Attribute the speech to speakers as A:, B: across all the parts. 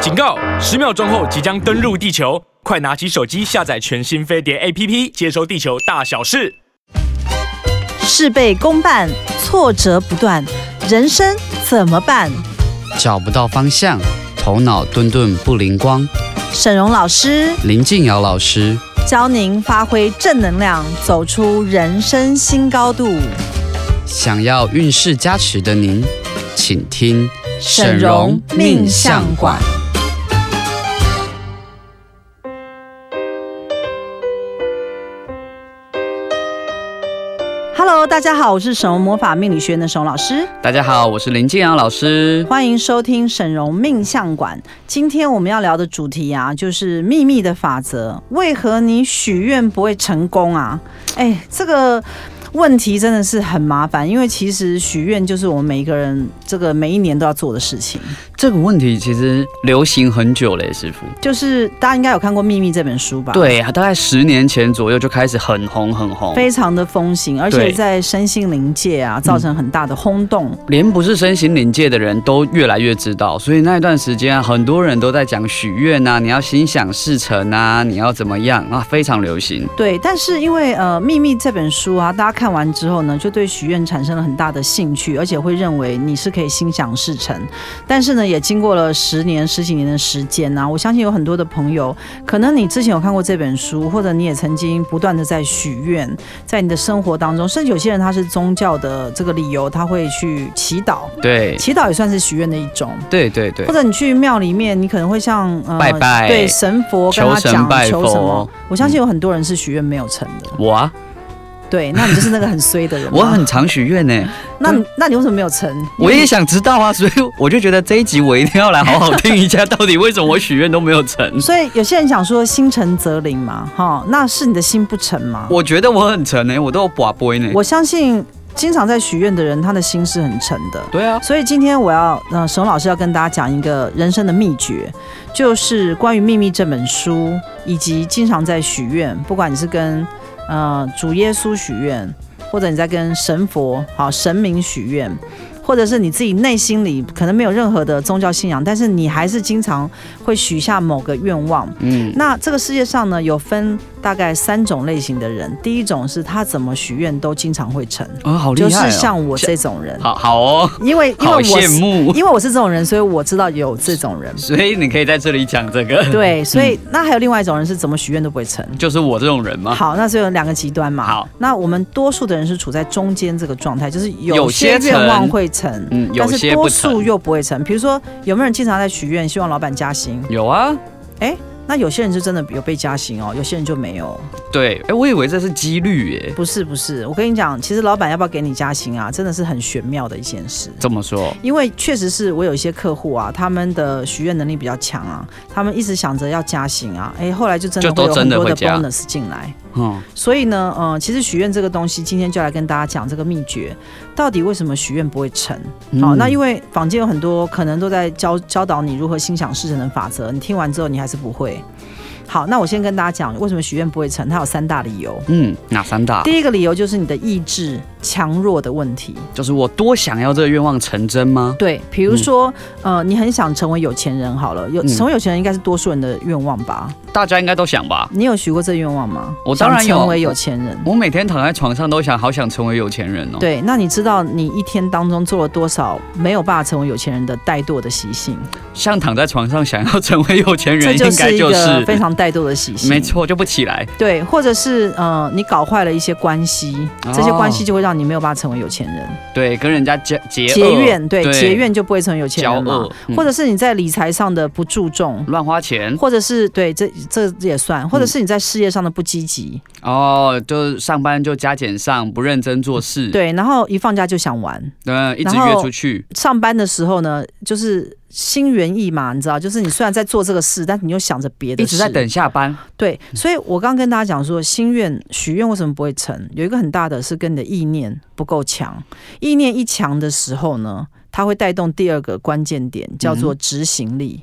A: 警告！十秒钟后即将登陆地球，快拿起手机下载全新飞碟 APP，接收地球大小事。
B: 事倍功半，挫折不断，人生怎么办？
C: 找不到方向，头脑顿顿不灵光。
B: 沈荣老师
C: 林静瑶老师，
B: 教您发挥正能量，走出人生新高度。
C: 想要运势加持的您，请听
B: 沈荣命相馆。Hello，大家好，我是沈荣魔法命理学院的沈荣老师。
C: 大家好，我是林静瑶老师。
B: 欢迎收听沈荣命相馆。今天我们要聊的主题啊，就是秘密的法则。为何你许愿不会成功啊？哎，这个问题真的是很麻烦，因为其实许愿就是我们每一个人这个每一年都要做的事情。
C: 这个问题其实流行很久嘞，师傅。
B: 就是大家应该有看过《秘密》这本书吧？，
C: 对啊，大概十年前左右就开始很红很红，
B: 非常的风行，而且
C: 对
B: 在身心灵界啊，造成很大的轰动。
C: 连不是身心灵界的人都越来越知道，所以那一段时间啊，很多人都在讲许愿啊，你要心想事成啊，你要怎么样啊，非常流行。
B: 对，但是因为呃，《秘密》这本书啊，大家看完之后呢，就对许愿产生了很大的兴趣，而且会认为你是可以心想事成。但是呢，也经过了十年、十几年的时间呢、啊我相信有很多的朋友，可能你之前有看过这本书，或者你也曾经不断的在许愿，在你的生活当中，甚至有些人他是宗教的这个理由，他会去祈祷，
C: 对，
B: 祈祷也算是许愿的一种。
C: 对对对
B: 或，者你去庙里面，你可能会像呃
C: 拜拜
B: 对神佛跟他
C: 哎求神
B: 讲
C: 拜
B: 求什么
C: 佛。
B: 我相信有很多人是许愿没有成的，
C: 我啊，
B: 对，那你就是那个很衰的人嘛。
C: 我很常许愿呢。
B: 那你那你为什么没有成？
C: 我也想知道啊， 所以我就觉得这一集我一定要来好好听一下，到底为什么我许愿都没有成。
B: 所以有些人想说心诚则灵嘛，哈，那是你的心不诚嘛。
C: 我觉得我很成呢、我都有寡杯呢。
B: 我相信经常在许愿的人，他的心是很诚的。
C: 对啊，
B: 所以今天我要，呃，沈老师要跟大家讲一个人生的秘诀，就是关于《秘密》这本书，以及经常在许愿，不管你是跟呃主耶稣许愿，或者你在跟神佛、好神明许愿，或者是你自己内心里可能没有任何的宗教信仰，但是你还是经常会许下某个愿望。
C: 嗯，
B: 那这个世界上呢，有分大概三种类型的人，第一种是他怎么许愿都经常会成，
C: 啊、好厉
B: 就
C: 害、哦，
B: 是像我这种人。
C: 好好哦，
B: 因为因为
C: 好
B: 我
C: 羡
B: 是
C: 慕。。
B: 因为我是这种人，所以我知道有这种人
C: 所以你可以在这里讲这个，
B: 对，所以、那还有另外一种人是怎么许愿都不会成。
C: 就是我这种人吗？
B: 好，那所以有两个极端嘛。
C: 啊好，
B: 那我们多数的人是处在中间这个状态，就是有
C: 有
B: 些
C: 些成
B: 愿望会成，
C: 嗯，有
B: 但是
C: 些
B: 多
C: 不
B: 数
C: 成。
B: 又不会成。比如说，有没有人经常在许愿，希望老板加薪？
C: 有啊，
B: 那有些人是真的有被加薪哦，有些人就没有。
C: 对，哎、我以为这是几率耶。
B: 不是不是，我跟你讲，其实老板要不要给你加薪啊，真的是很玄妙的一件事。
C: 这么说？
B: 因为确实是我有一些客户啊，他们的许愿能力比较强啊，他们一直想着要加薪啊，哎，后来就真的
C: 就都
B: 会有很
C: 真的
B: 多的
C: 会加
B: bonus 进来。
C: 嗯，
B: 所以呢，嗯、其实许愿这个东西，今天就来跟大家讲这个秘诀，到底为什么许愿不会成？好，那因
C: 为
B: 为坊间有很多可能都在教教导你如何心想事成的法则，你听完之后你还是不会。好，那我先跟大家讲为什么许愿不会成，它有三大理由。
C: 嗯，哪三大？
B: 第一个理由就是你的意志强弱的问题。
C: 就是我多想要这个愿望成真吗？
B: 对，比如说，呃，你很想成为有钱人，好了，有
C: 嗯
B: 成为有钱人应该是多数人的愿望吧？
C: 大家应该都想吧。
B: 你有许过这个愿望吗？
C: 我当然
B: 想成
C: 有
B: 为有钱人。
C: 我每天躺在床上都想，好想成为有钱人哦。
B: 对，那你知道你一天当中做了多少没有办法成为有钱人的怠惰的习性？
C: 像躺在床上想要成为有钱
B: 这
C: 人，
B: 就
C: 应该
B: 是一
C: 就
B: 个
C: 是
B: 非常怠惰的习性。
C: 没。错，就不起来。
B: 对，或者是呃，你搞坏了一些关系，这些
C: 哦
B: 关系就会让你没有办法成为有钱人，
C: 对，跟人家结结
B: 结
C: 恶
B: 怨，对，
C: 对
B: 结怨就不会成为有钱
C: 交
B: 人嘛
C: 恶。，嗯
B: 或者是你在理财上的不注重，
C: 乱花钱
B: 或者是对这这也算，或者是你在事业上的不积极，
C: 哦，就是上班就加减上，不认真做事，，
B: 对，然后一放假就想玩。
C: 嗯，一直
B: 然
C: 约
B: 后
C: 出去，
B: 上班的时候呢，就是心猿意马，你知道，就是你虽然在做这个事，但是你又想着别的
C: 一
B: 事，
C: 直在等嗯下班，
B: 对，所以我刚刚跟大家讲说，心愿许愿为什么不会成，有一个很大的是跟你的意念不够强。意念一强的时候呢，它会带动第二个关键点，叫
C: 嗯
B: 做执行力。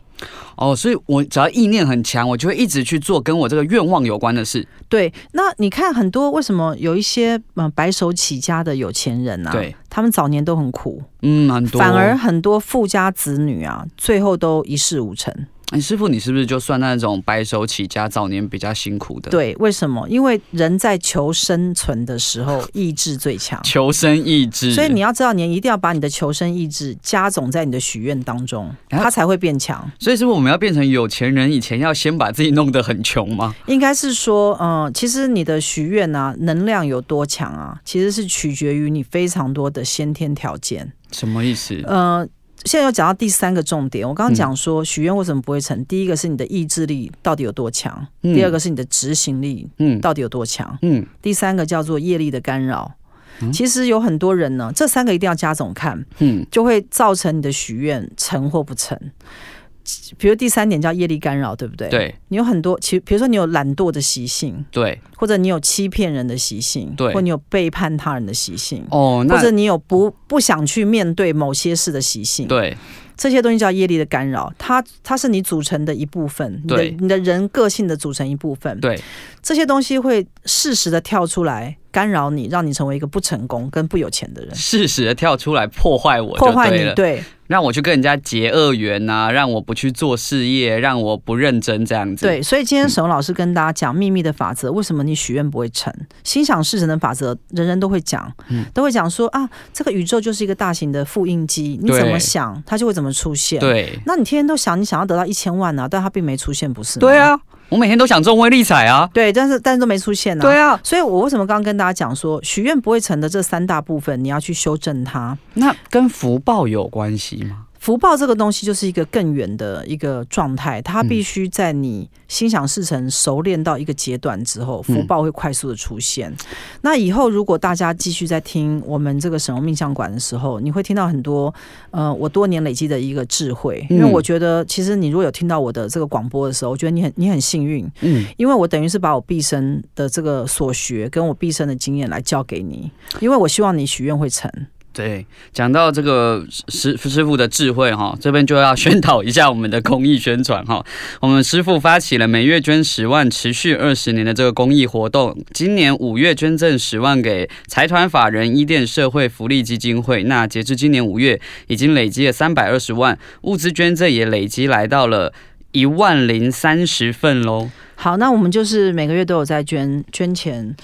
C: 哦，所以我只要意念很强，我就会一直去做跟我这个愿望有关的事，
B: 对，那你看很多为什么有一些嗯、呃白手起家的有钱人啊，
C: 对，
B: 他们早年都很苦，
C: 嗯，很多，
B: 反而很多富家子女啊，最后都一事无成。
C: 哎，师傅，你是不是就算那种白手起家、早年比较辛苦的？，
B: 对，为什么？因为人在求生存的时 候，意志最强。
C: 求生意志。
B: 所以你要知道，你一定要把你的求生意志加总在你的许愿当中，
C: 然后
B: 它才会变强。
C: 所以是不是我们要变成有钱人以前，要先把自己弄得很穷吗？
B: 应该是说，嗯、其实你的许愿啊，能量有多强啊，其实是取决于你非常多的先天条件。
C: 什么意思？
B: 呃，现在又讲到第三个重点，我
C: 嗯
B: 刚刚讲说许愿为什么不会成，第一个是你的意志力到底有多强，
C: 嗯
B: 第二个，是你的执行力
C: 嗯
B: 到底有多强，
C: 嗯，
B: 第三个叫做业力的干扰。其实有很多人呢，这三个一定要加总看，
C: 嗯，
B: 就会造成你的许愿成或不成。比如第三点叫业力干扰，对不对？，
C: 对
B: 你有很多，其比如说你有懒惰的习性，
C: 对
B: 或者你有欺骗人的习性，
C: 对
B: 或你有背叛他人的习性，
C: 哦，
B: 或
C: 那
B: 者你有不不想去面对某些事的习性，
C: 对
B: 这些东西叫业力的干扰，它它是你组成的一部分，你的
C: 对
B: 你的人个性的组成一部分，
C: 对，
B: 这些东西会适时的跳出来干扰你，让你成为一个不成功跟不有钱的人，
C: 适时的跳出来破坏我就
B: 破坏
C: 对
B: 你
C: 了，
B: 对
C: 让我去跟人家结恶缘呐、让我不去做事业，让我不认真这样子。
B: 对，所以今天沈老师跟大家讲秘密的法则，为什么你许愿不会成？心想事成的法则，人人都会讲，
C: 嗯
B: 都会讲说啊，这个宇宙就是一个大型的复印机，你怎么
C: 对
B: 想，它就会怎么出现。，
C: 对啊
B: 那你天天都想，你想要得到一千万啊，但它并没出现，不是？
C: 对，啊，我每天都想中威力彩啊。
B: 对，但是但是都没出现啊。
C: 对。啊，
B: 所以，我为什么刚刚跟大家讲说，许愿不会成的这三大部分，你要去修正它。
C: 那跟福报有关系吗？
B: 福报这个东西就是一个更远的一个状态，
C: 嗯
B: 它必须在你心想事成、熟练到一个阶段之后，
C: 嗯
B: 福报会快速的出现。那以后如果大家继续在听我们这个神龙命相馆的时候，你会听到很多呃我多年累积的一个智慧，因为
C: 嗯
B: 我觉得其实你如果有听到我的这个广播的时候，我觉得你很你很幸运，
C: 嗯，
B: 因为我等于是把我毕生的这个所学跟我毕生的经验来教给你，因为我希望你许愿会成。
C: 对，讲到这个师师师傅的智慧哈， 这边就要宣导一下我们的公益宣传哈。 我们师傅发起了每月捐十万、持续二十年的这个公益活动，今年五月捐赠十万给财团法人伊甸社会福利基金会。那截至今年五月，已经累积了三百二十万，物资捐赠也累积来到了一万零三十份喽。
B: 好，那我们就是每个月都有在捐捐钱。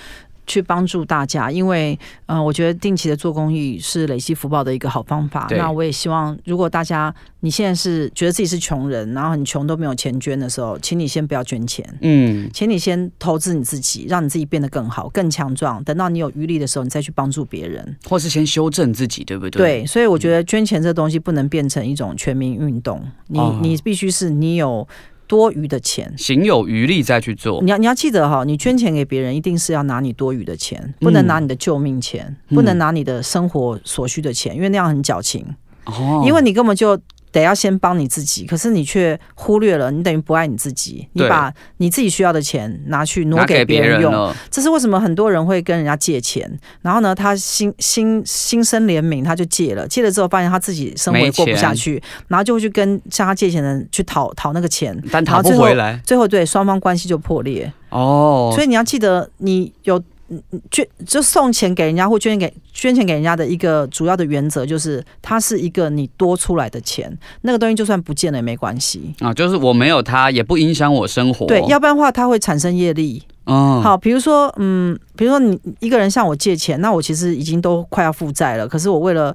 B: 去帮助大家，因为呃，我觉得定期的做公益是累积福报的一个好方法。
C: 对
B: 那我也希望，如果大家你现在是觉得自己是穷人，然后很穷都没有钱捐的时候，请你先不要捐钱，
C: 嗯，
B: 请你先投资你自己，让你自己变得更好、更强壮。等到你有余力的时候，你再去帮助别人。
C: 或是先修正自己，对不对？嗯
B: 对，所以我觉得捐钱这东西不能变成一种全民运动，你、
C: 哦
B: 你必须是你有多余的钱，
C: 行有余力再去做。
B: 你要你要记得哈、你捐钱给别人，一定是要拿你多余的
C: 嗯
B: 钱，不能拿你的救命钱，不能拿你的生活所需的钱，因为那样很矫情，
C: 哦
B: 因为你根本就。得要先帮你自己，可是你却忽略了，你等于不爱你自己，你
C: 对
B: 把你自己需要的钱拿去挪
C: 拿给
B: 别
C: 别人
B: 用，
C: 了。
B: 这是为什么很多人会跟人家借钱，然后呢，他心心心生怜悯，他就借了，借了之后发现他自己生活也
C: 没
B: 过不下
C: 钱
B: 去，然后就会去跟向他借钱的人去讨讨那个钱，
C: 但
B: 然后
C: 讨
B: 最
C: 不
B: 后
C: 回来
B: 最后对双方关系就破裂。
C: 哦，
B: 所以你要记得，你有嗯嗯捐就送钱给人家或捐给捐钱给人家的一个主要的原则就是，它是一个你多出来的钱，那个东西就算不见了也没关系。
C: 啊，就是我没有它也不影响我生活。
B: 对，要不然的话它会产生业力。
C: 哦嗯，
B: 好，比如说，嗯，比如说你一个人向我借钱，那我其实已经都快要负债了，可是我为了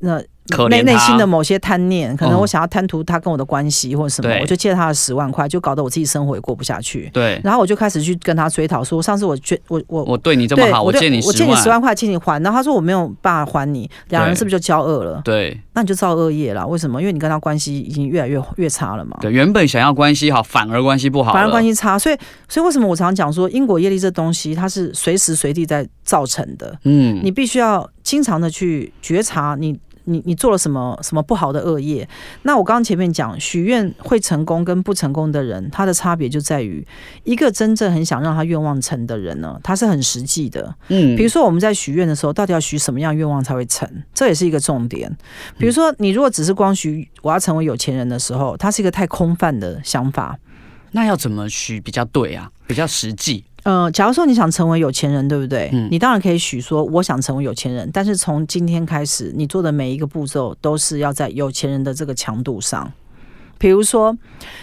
B: 那
C: 可
B: 内
C: 怜他
B: 内心的某些贪念，可能
C: 嗯
B: 我想要贪图他跟我的关系或者什么，
C: 对
B: 我就借他的十万块，就搞得我自己生活也过不下去。
C: 对，
B: 然后我就开始去跟他追讨，说上次我捐我我
C: 我对你这
B: 对，
C: 么好，我
B: 就
C: 借你
B: 我
C: 十
B: 借你十
C: 万，
B: 万块，请你还。然后他说我没有办法还你，两人
C: 对
B: 是不是就交恶了？
C: 对
B: 那你就造恶业了。为什么？因为你跟他关系已经越来越越差了嘛。
C: 对，原本想要关系好，反而关系不好，
B: 反而关，系差，所以所以为什么我常讲说因果业力这东西，它是随时随地在造成的。
C: 嗯，
B: 你必须要经常的去觉察你你你做了什么什么不好的恶业。那我刚刚前面讲，许愿会成功跟不成功的人，他的差别就在于，一个真正很想让他愿望成的人呢，他是很实际的，
C: 嗯
B: 比如说我们在许愿的时候，到底要许什么样愿望才会成？这也是一个重点。比如说，你如果只是光许我要成为有钱人的时候，它是一个太空泛的想法。
C: 那要怎么许比较对啊？比较实际，
B: 呃，假如说你想成为有钱人，对不对？
C: 嗯
B: 你当然可以许说我想成为有钱人，但是从今天开始，你做的每一个步骤都是要在有钱人的这个强度上。比如说，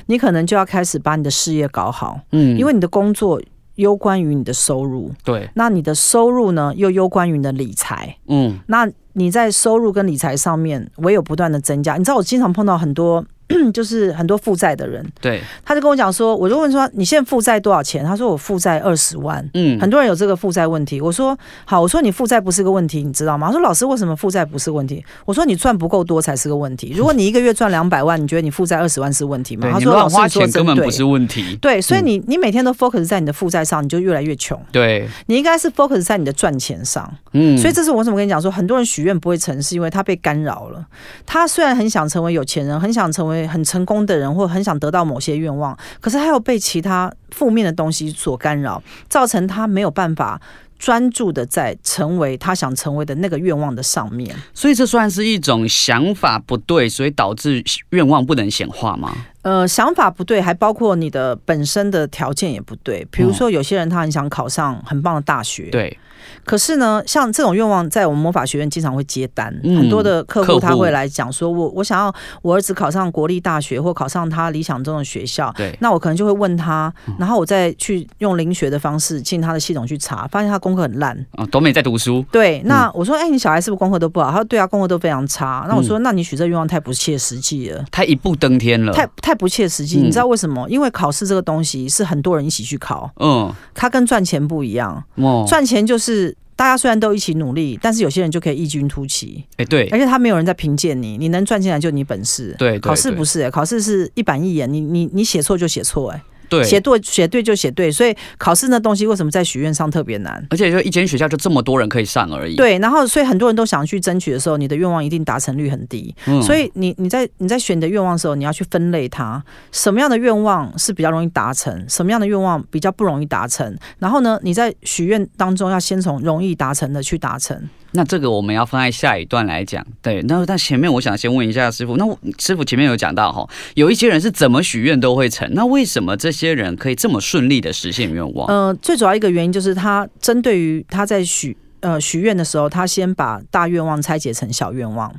B: 你可能就要开始把你的事业搞好，
C: 嗯，
B: 因为你的工作攸关于你的收入，
C: 对，
B: 那你的收入呢又攸关于你的理财，
C: 嗯，
B: 那你在收入跟理财上面，我有不断的增加。你知道我经常碰到很多。 就是很多负债的人，
C: 对，
B: 他就跟我讲说，我就问说你现在负债多少钱？他说我负债二十万。
C: 嗯，
B: 很多人有这个负债问题，我说好，我说你负债不是个问题，你知道吗？他说老师为什么负债不是问题？我说你赚不够多才是个问题。如果你一个月赚两百万，你觉得你负债二十万是问题吗？
C: 对
B: 他
C: 你
B: 说老
C: 乱
B: 师你
C: 花
B: 说
C: 钱
B: 真
C: 根本
B: 对
C: 不，是嗯问题，
B: 对，所以你你每天都 focus 在你的负债上，你就越来越穷。
C: 对，
B: 你应该是 focus 在你的赚钱上。
C: 嗯，
B: 所以这是我为什么跟你讲说，很多人许愿不会成，是因为他被干扰了。他虽然很想成为有钱人，很想成为很成功的人，或很想得到某些愿望，可是他又被其他负面的东西所干扰，造成他没有办法。专注的在成为他想成为的那个愿望的上面，
C: 所以这算是一种想法不对，所以导致愿望不能显化吗？
B: 呃，想法不对，还包括你的本身的条件也不对。比如说，有些人他很想考上很棒的大学，
C: 对，
B: 可是呢，像这种愿望，在我们魔法学院经常会接单，
C: 嗯
B: 很多的客
C: 客户
B: 户他会来讲说，我我想要我儿子考上国立大学或考上他理想中的学校，
C: 对，
B: 那我可能就会问他，
C: 嗯
B: 然后我再去用零学的方式进他的系统去查，发现他功课很烂。
C: 哦，都没在读书，
B: 对，那我说，哎、你小孩是不是功课都不好？他说，对啊，功课都非常
C: 嗯
B: 差。那我说，那你许这愿望太不切实际了。
C: 他一步登天了，
B: 太太不切实际，
C: 嗯
B: 你知道为什么？因为考试这个东西是很多人一起去考，
C: 嗯，
B: 它跟赚钱不一样。
C: 哦，
B: 赚钱就是大家虽然都一起努力，但是有些人就可以异军突起，
C: 哎，对，
B: 而且他没有人在评鉴你，你能赚进来就你本事。
C: 对对
B: 考试
C: 对
B: 不是、欸，考试是一板一眼，你你你写错就写错、欸，
C: 对，
B: 写对写对就写对，所以考试那东西为什么在许愿上特别难？
C: 而且就一间学校就这么多人可以上而已，，
B: 对，然后所以很多人都想去争取的时候，你的愿望一定达成率很低。
C: 嗯
B: 所以你你在你在选你的愿望的时候，你要去分类它，什么样的愿望是比较容易达成，什么样的愿望比较不容易达成。然后呢，你在许愿当中要先从容易达成的去达成。
C: 那这个我们要放在下一段来讲。对，那那前面我想先问一下师傅，那我师傅前面有讲到哈，有一些人是怎么许愿都会成，那为什么这些人可以这么顺利的实现愿望？
B: 呃，最主要一个原因就是他针对于他在许呃许愿的时候，他先把大愿望拆解成小愿望。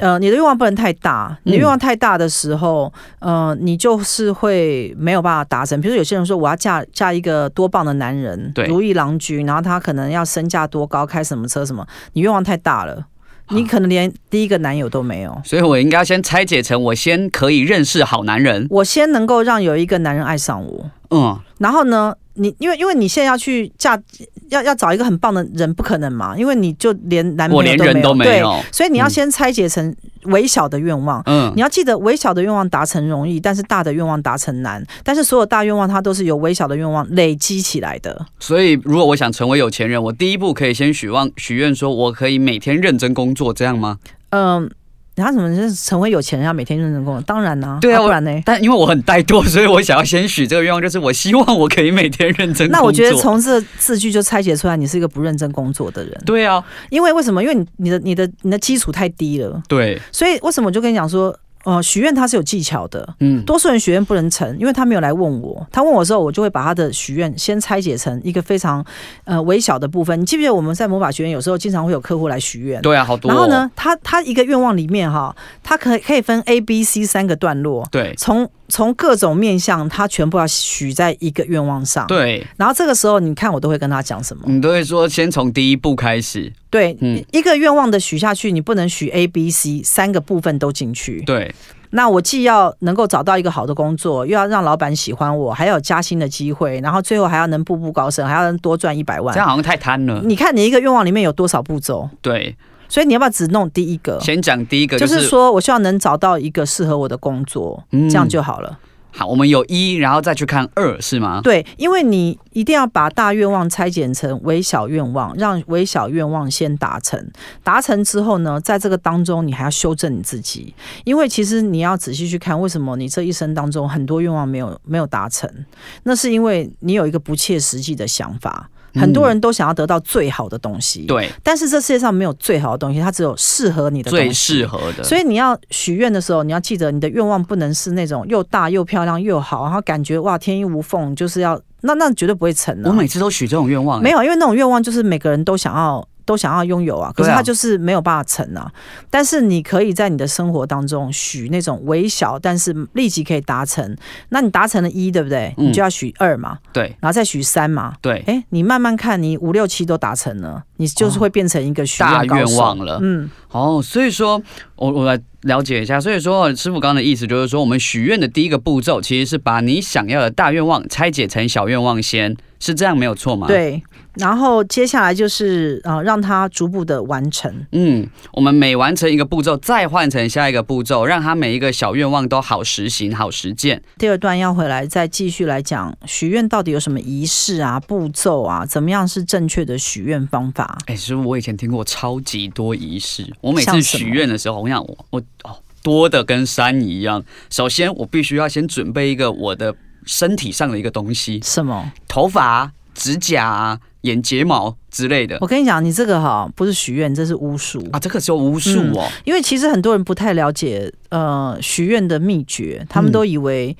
B: 呃，你的愿望不能太大，你的愿望太大的时候，呃，你就是会没有办法达成。比如说有些人说我要嫁嫁一个多棒的男人
C: 对，
B: 如意郎君，然后他可能要身价多高，开什么车什么，你愿望太大了，你可能连第一个男友都没有。
C: 所以我应该先拆解成我先可以认识好男人，
B: 我先能够让有一个男人爱上我，
C: 嗯，
B: 然后呢，你因为因为你现在要去嫁，要要找一个很棒的人，不可能嘛，因为你就连男朋
C: 我
B: 友
C: 连人都没
B: 对，
C: 有，
B: 所以你要
C: 嗯
B: 先拆解成微小的愿望。
C: 嗯
B: 你，要记得，微小的愿望达成容易，但是大的愿望达成难。但是所有大愿望，它都是由微小的愿望累积起来的。
C: 所以如果我想成为有钱人，我第一步可以先许望许愿说我可以每天认真工作，这样吗？
B: 嗯，然后怎么就是成为有钱人要每天认真工作？当然啦、
C: 对
B: 啊
C: 啊
B: 不
C: 我
B: 然呢？
C: 但因为我很怠惰，所以我想要先许这个愿望，就是我希望我可以每天认真工作。
B: 那我觉得从这字句就拆解出来，你是一个不认真工作的人。
C: 对啊，
B: 因为为什么？因为你你的你的你的基础太低了。
C: 对，
B: 所以为什么我就跟你讲说，呃，许愿它是有技巧的。
C: 嗯，
B: 多数人许愿不能成，因为他没有来问我。他问我之后，我就会把他的许愿先拆解成一个非常呃微小的部分。你记不记得我们在魔法学院有时候经常会有客户来许愿？
C: 对啊，好多、哦。
B: 然后？呢，他他一个愿望里面哈，他可以可以分 A、B、C 三个段落，
C: 对
B: 从从各种面向，他全部要许在一个愿望上。，
C: 对，嗯
B: 然后这个时候你看我都会跟他讲什么？
C: 你都会说先从第一步开始。
B: 对，
C: 嗯
B: 一个愿望的许下去，你不能许 A、B、C 三个部分都进去。
C: 对，
B: 那我既要能够找到一个好的工作，又要让老板喜欢我，还要有加薪的机会，然后最后还要能步步高升，还要能多赚一百
C: 这
B: 万
C: 样。好像太贪了。
B: 你看你一个愿望里面有多少步骤？
C: 对，
B: 所以你要不要只弄第一个？
C: 先讲第一个
B: 哦就
C: 就是
B: 是说我希望能找到一个适合我的工作，
C: 嗯
B: 这样就好了。
C: 好，我们有一，然后再去看二，是吗？
B: 对，因为你一定要把大愿望拆解成微小愿望，让微小愿望先达成。达成之后呢，在这个当中，你还要修正你自己，因为其实你要仔细去看，为什么你这一生当中很多愿望没有没有达成，那是因为你有一个不切实际的想法。很多人都想要得到最好的东西，、
C: 嗯对，
B: 但是这世界上没有最好的东西，它只有适合你的东西。
C: 最适合的。
B: 所
C: 以
B: 以你要许愿的时候，你要记得你的愿望不能是那种又大又漂亮又好，然后感觉哇天衣无缝，就是要那那绝对不会成的、啊
C: 我每次都许这种愿望、欸
B: 没有，因为那种愿望就是每个人都想要都想要拥有啊，可是
C: 嗯对啊
B: 它就是没有办法成啊。但是你可以在你的生活当中许那种微小，但是立即可以达成。那你达成了一，对不对？
C: 嗯
B: 你就要许二嘛，
C: 对
B: 然后再许三嘛。
C: 对，
B: 哎，你慢慢看，你五六七都达成了，你就是会变成一个许
C: 哦大
B: 愿高
C: 愿
B: 手。
C: 望了。
B: 嗯，
C: 哦，所以说我我来了解一下，所以说师傅刚刚的意思就是说，我们许愿的第一个步骤其实是把你想要的大愿望拆解成小愿望先，是这样没有错吗？。
B: 对。然后接下来就是啊、呃让它逐步的完成。
C: 嗯，我们每完成一个步骤，再换成下一个步骤，让它每一个小愿望都好实行、好实践。
B: 第二段要回来再继续来讲许愿到底有什么仪式啊、步骤啊，怎么样是正确的许愿方法？
C: 哎，师傅，我以前听过超级多仪式，我每次
B: 像什么
C: 许愿的时候，我想我我哦多的跟山一样。首先，我必须要先准备一个我的身体上的一个东西，
B: 什么？
C: 头发、指甲、眼睫毛之类的
B: 我跟你讲，你这个哈不是许愿，这是巫术。
C: 啊，这个是有巫术哦。
B: 因为其实很多人不太了解呃许愿的秘诀，他们都以为，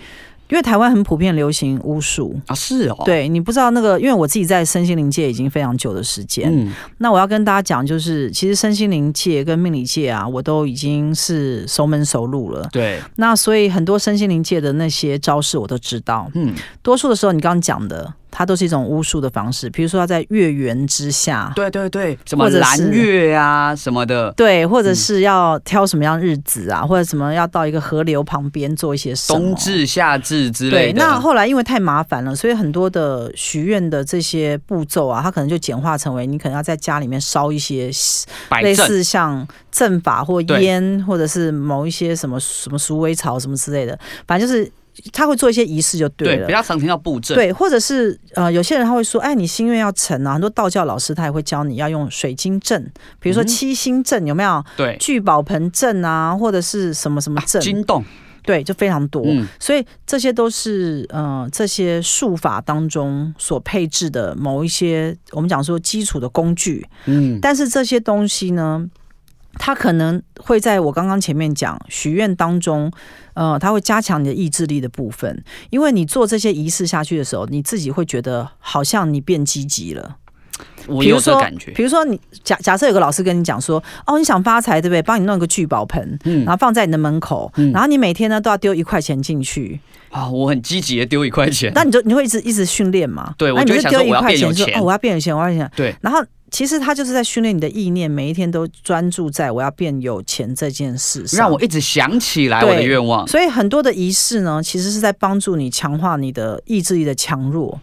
B: 因为台湾很普遍流行巫术。
C: 啊，是哦，，
B: 对你不知道那个，因为我自己在身心灵界已经非常久的时间。
C: 嗯，
B: 那我要跟大家讲，就是其实身心灵界跟命理界啊，我都已经是熟门熟路了。
C: 对，
B: 那所以很多身心灵界的那些招式我都知道。
C: 嗯，
B: 多数的时候，你刚刚讲的，它都是一种巫术的方式，比如说它在月圆之下，
C: 对对对，什么
B: 或者是
C: 蓝月啊什么的，
B: 对，或者
C: 嗯
B: 是要挑什么样日子啊，或者什么要到一个河流旁边做一些什么。
C: 冬至、夏至之
B: 对，
C: 类的。
B: 那后来因为太麻烦了，所以很多的许愿的这些步骤啊，它可能就简化成为你可能要在家里面烧一些
C: 摆
B: 类
C: 正，
B: 似像阵法或
C: 对
B: 烟，或者是某一些什么什么鼠尾草什么之类的，反正就是他会做一些仪式就对
C: 对，
B: 了。
C: 比较常听到布阵，
B: 对，或者是呃，有些人他会说，哎，你心愿要成啊。很多道教老师他也会教你要用水晶阵，比如说
C: 嗯
B: 七星阵，有没有？
C: 对
B: 聚宝盆阵啊，或者是什么什么
C: 啊
B: 阵，哦
C: 惊动，
B: 对，就非常多。
C: 嗯，
B: 所以这些都是呃这些术法当中所配置的某一些我们讲说基础的工具，
C: 嗯，
B: 但是这些东西呢，它可能会在我刚刚前面讲许愿当中，呃，它会加强你的意志力的部分，因为你做这些仪式下去的时候，你自己会觉得好像你变积极了。
C: 我
B: 比如
C: 有这
B: 说
C: 感觉，
B: 比如说你假假设有个老师跟你讲说，哦，你想发财对不对？帮你弄一个聚宝盆，
C: 嗯
B: 然后放在你的门口，
C: 嗯
B: 然后你每天呢都要丢一块钱进去，
C: 啊，我很积极的丢一块钱，
B: 那你就你会一直一直训练嘛？
C: 对
B: 那
C: 我
B: 你
C: 就会
B: 就
C: 想
B: 丢
C: 说
B: 一
C: 我要
B: 块
C: 变有
B: 钱，说
C: 钱
B: 哦，我要变有钱，我要变有钱。
C: 对，
B: 然后其实他就是在训练你的意念，每一天都专注在我要变有钱这件事上。
C: 让我一直想起来我的
B: 对
C: 愿望。
B: 所以很多的仪式呢，其实是在帮助你强化你的意志力的强弱，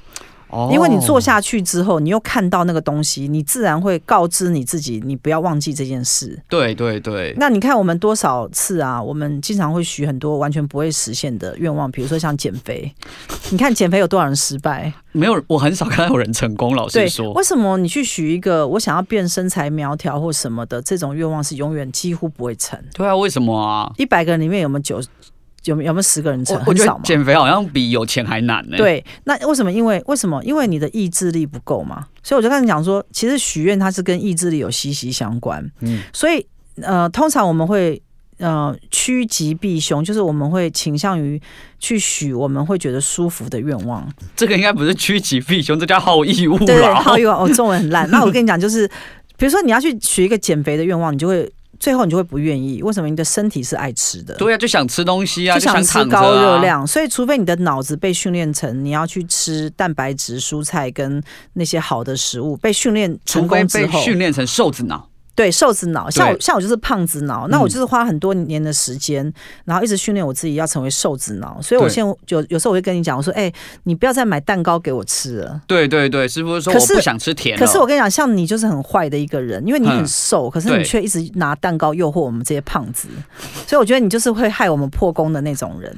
C: 哦
B: 因为你做下去之后，你又看到那个东西，你自然会告知你自己，你不要忘记这件事。
C: 对对对，
B: 那你看我们多少次啊？我们经常会许很多完全不会实现的愿望，比如说像减肥。你看减肥有多少人失败？
C: 没有，我很少看到有人成功。老
B: 对
C: 实，说，
B: 为什么你去许一个我想要变身材苗条或什么的这种愿望是永远几乎不会成？
C: 对啊，为什么啊？
B: 一百个人里面有没有九有没有没有十个人成？
C: 我我
B: 很
C: 觉
B: 少
C: 得
B: 嘛。
C: 减肥欸好像比有钱还难呢、，
B: 对，那为什么？因为为什么？因为你的意志力不够嘛。所以我就跟你讲说，其实许愿它是跟意志力有息息相关。
C: 嗯，
B: 所以呃，通常我们会呃趋吉避凶，就是我们会倾向于去许我们会觉得舒服的愿望。
C: 这个应该不是趋吉避凶，这叫好逸恶
B: 对对，
C: 劳。
B: 好欲望，我、中文很 烂。那我跟你讲，就是比如说你要去许一个减肥的愿望，你就会最后你就会不愿意，为什么？你的身体是爱吃的。
C: 对啊，就想吃东西啊，
B: 就
C: 就
B: 想吃
C: 躺着啊
B: 高热。量，所以除非你的脑子被训练成你要去吃蛋白质、蔬菜跟那些好的食物，被训练成
C: 除非
B: 功之
C: 被
B: 后，
C: 训练成瘦子脑，
B: 对瘦子脑，像我
C: 对
B: 像我就是胖子脑，那我
C: 嗯
B: 就是花很多年的时间，然后一直训练我自己要成为瘦子脑，所以我
C: 对
B: 现在有有时候我会跟你讲，我说，哎、你不要再买蛋糕给我吃了。
C: 对对对，师傅说
B: 可
C: 我
B: 是
C: 不想吃甜了。哦
B: 可是我跟你讲，像你就是很坏的一个人，因为你很
C: 嗯
B: 瘦，可是
C: 对
B: 你却一直拿蛋糕诱惑我们这些胖子，所以我觉得你就是会害我们破功的那种人，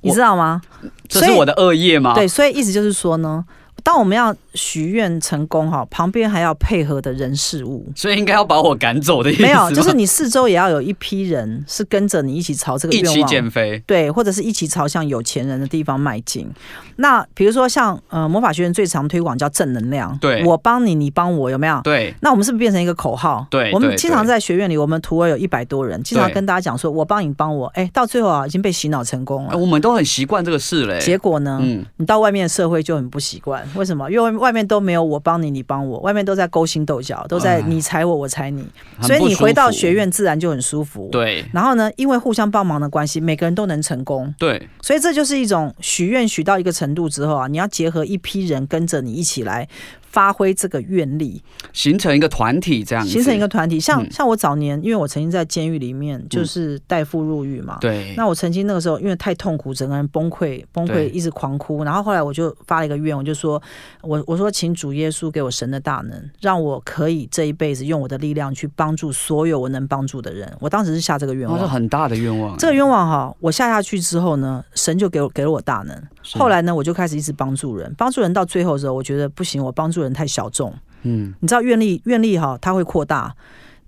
B: 你
C: 我
B: 知道吗？
C: 这是
B: 所以
C: 我的恶业吗？。
B: 对，所以意思就是说呢，当我们要许愿成功哈，旁边还要配合的人事物
C: 所以应该要把我赶走的意思吗。
B: 没有，就是你四周也要有一批人是跟着你一起朝这个
C: 一
B: 愿
C: 起
B: 望
C: 减肥。
B: 对，或者是一起朝向有钱人的地方迈进。那比如说像呃魔法学院最常推广叫正能量，
C: 对
B: 我帮你，你帮我，有没有？
C: 对
B: 那我们是不是变成一个口号？
C: 对
B: 我们
C: 对
B: 经常
C: 对
B: 在学院里，我们徒儿有一百多人，经常
C: 对
B: 跟大家讲说，我帮你帮我，哎，到最后啊，已经被洗脑成功
C: 哎
B: 了。
C: 我们都很习惯这个事嘞。
B: 结果呢，
C: 嗯，
B: 你到外面社会就很不习惯，为什么？因为外面都没有我帮你，你帮我，外面都在勾心斗角，都在
C: 哎
B: 你踩我，我踩你，
C: 很
B: 所以
C: 不
B: 你
C: 舒
B: 回到
C: 服
B: 学，院自然就很舒服。。
C: 对
B: 然后呢，因为互相帮忙的关系，每个人都能成功，
C: 对
B: 所以这就是一种许愿许到一个程度之后啊，你要结合一批人跟着你一起来发挥这个愿力，
C: 形成一个团体这样子，
B: 形成一个团体。像、
C: 嗯
B: 像我早年，因为我曾经在监狱里面就是代父入狱嘛，
C: 对，
B: 那我曾经那个时候因为太痛苦，整个人崩溃，崩
C: 对
B: 溃一直狂哭。然后后来我就发了一个愿，我就说，我我说请主耶稣给我神的大能，让我可以这一辈子用我的力量去帮助所有我能帮助的人。我当时是下这个愿
C: 哇，是
B: 望。
C: 很大的愿望，
B: 这个愿望哈，我下下去之后呢，神就给我给了我大能。
C: 是
B: 后来呢，我就开始一直帮助人，帮助人到最后的时候，我觉得不行，我帮助人太小众。
C: 嗯
B: 你知道愿力愿力哈，它会扩大，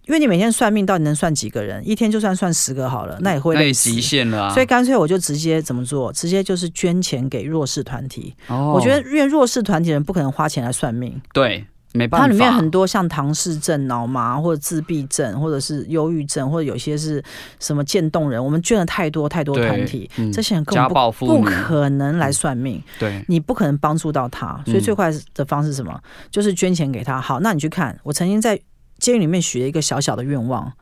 B: 因为你每天算命到底能算几个人，一天就算算十个好了，那也会
C: 那
B: 累
C: 也
B: 死
C: 极限了啊，
B: 所以干脆我就直接怎么做？直接就是捐钱给弱势团体。
C: 哦
B: 我觉得因为弱势团体人不可能花钱来算命，
C: 对没办法，
B: 它里面很多像唐氏症、脑麻或者自闭症，或者是忧郁症，或者有些是什么渐冻人。我们捐了太多太多
C: 对
B: 团体，
C: 嗯
B: 这些人根
C: 家
B: 本不
C: 暴妇
B: 不
C: 女，嗯
B: 可能来算命，
C: 对
B: 你不可能帮助到他。所以
C: 嗯
B: 最快的方式是什么？就是捐钱给他。好，那你去看，我曾经在监狱里面许了一个小小的愿望。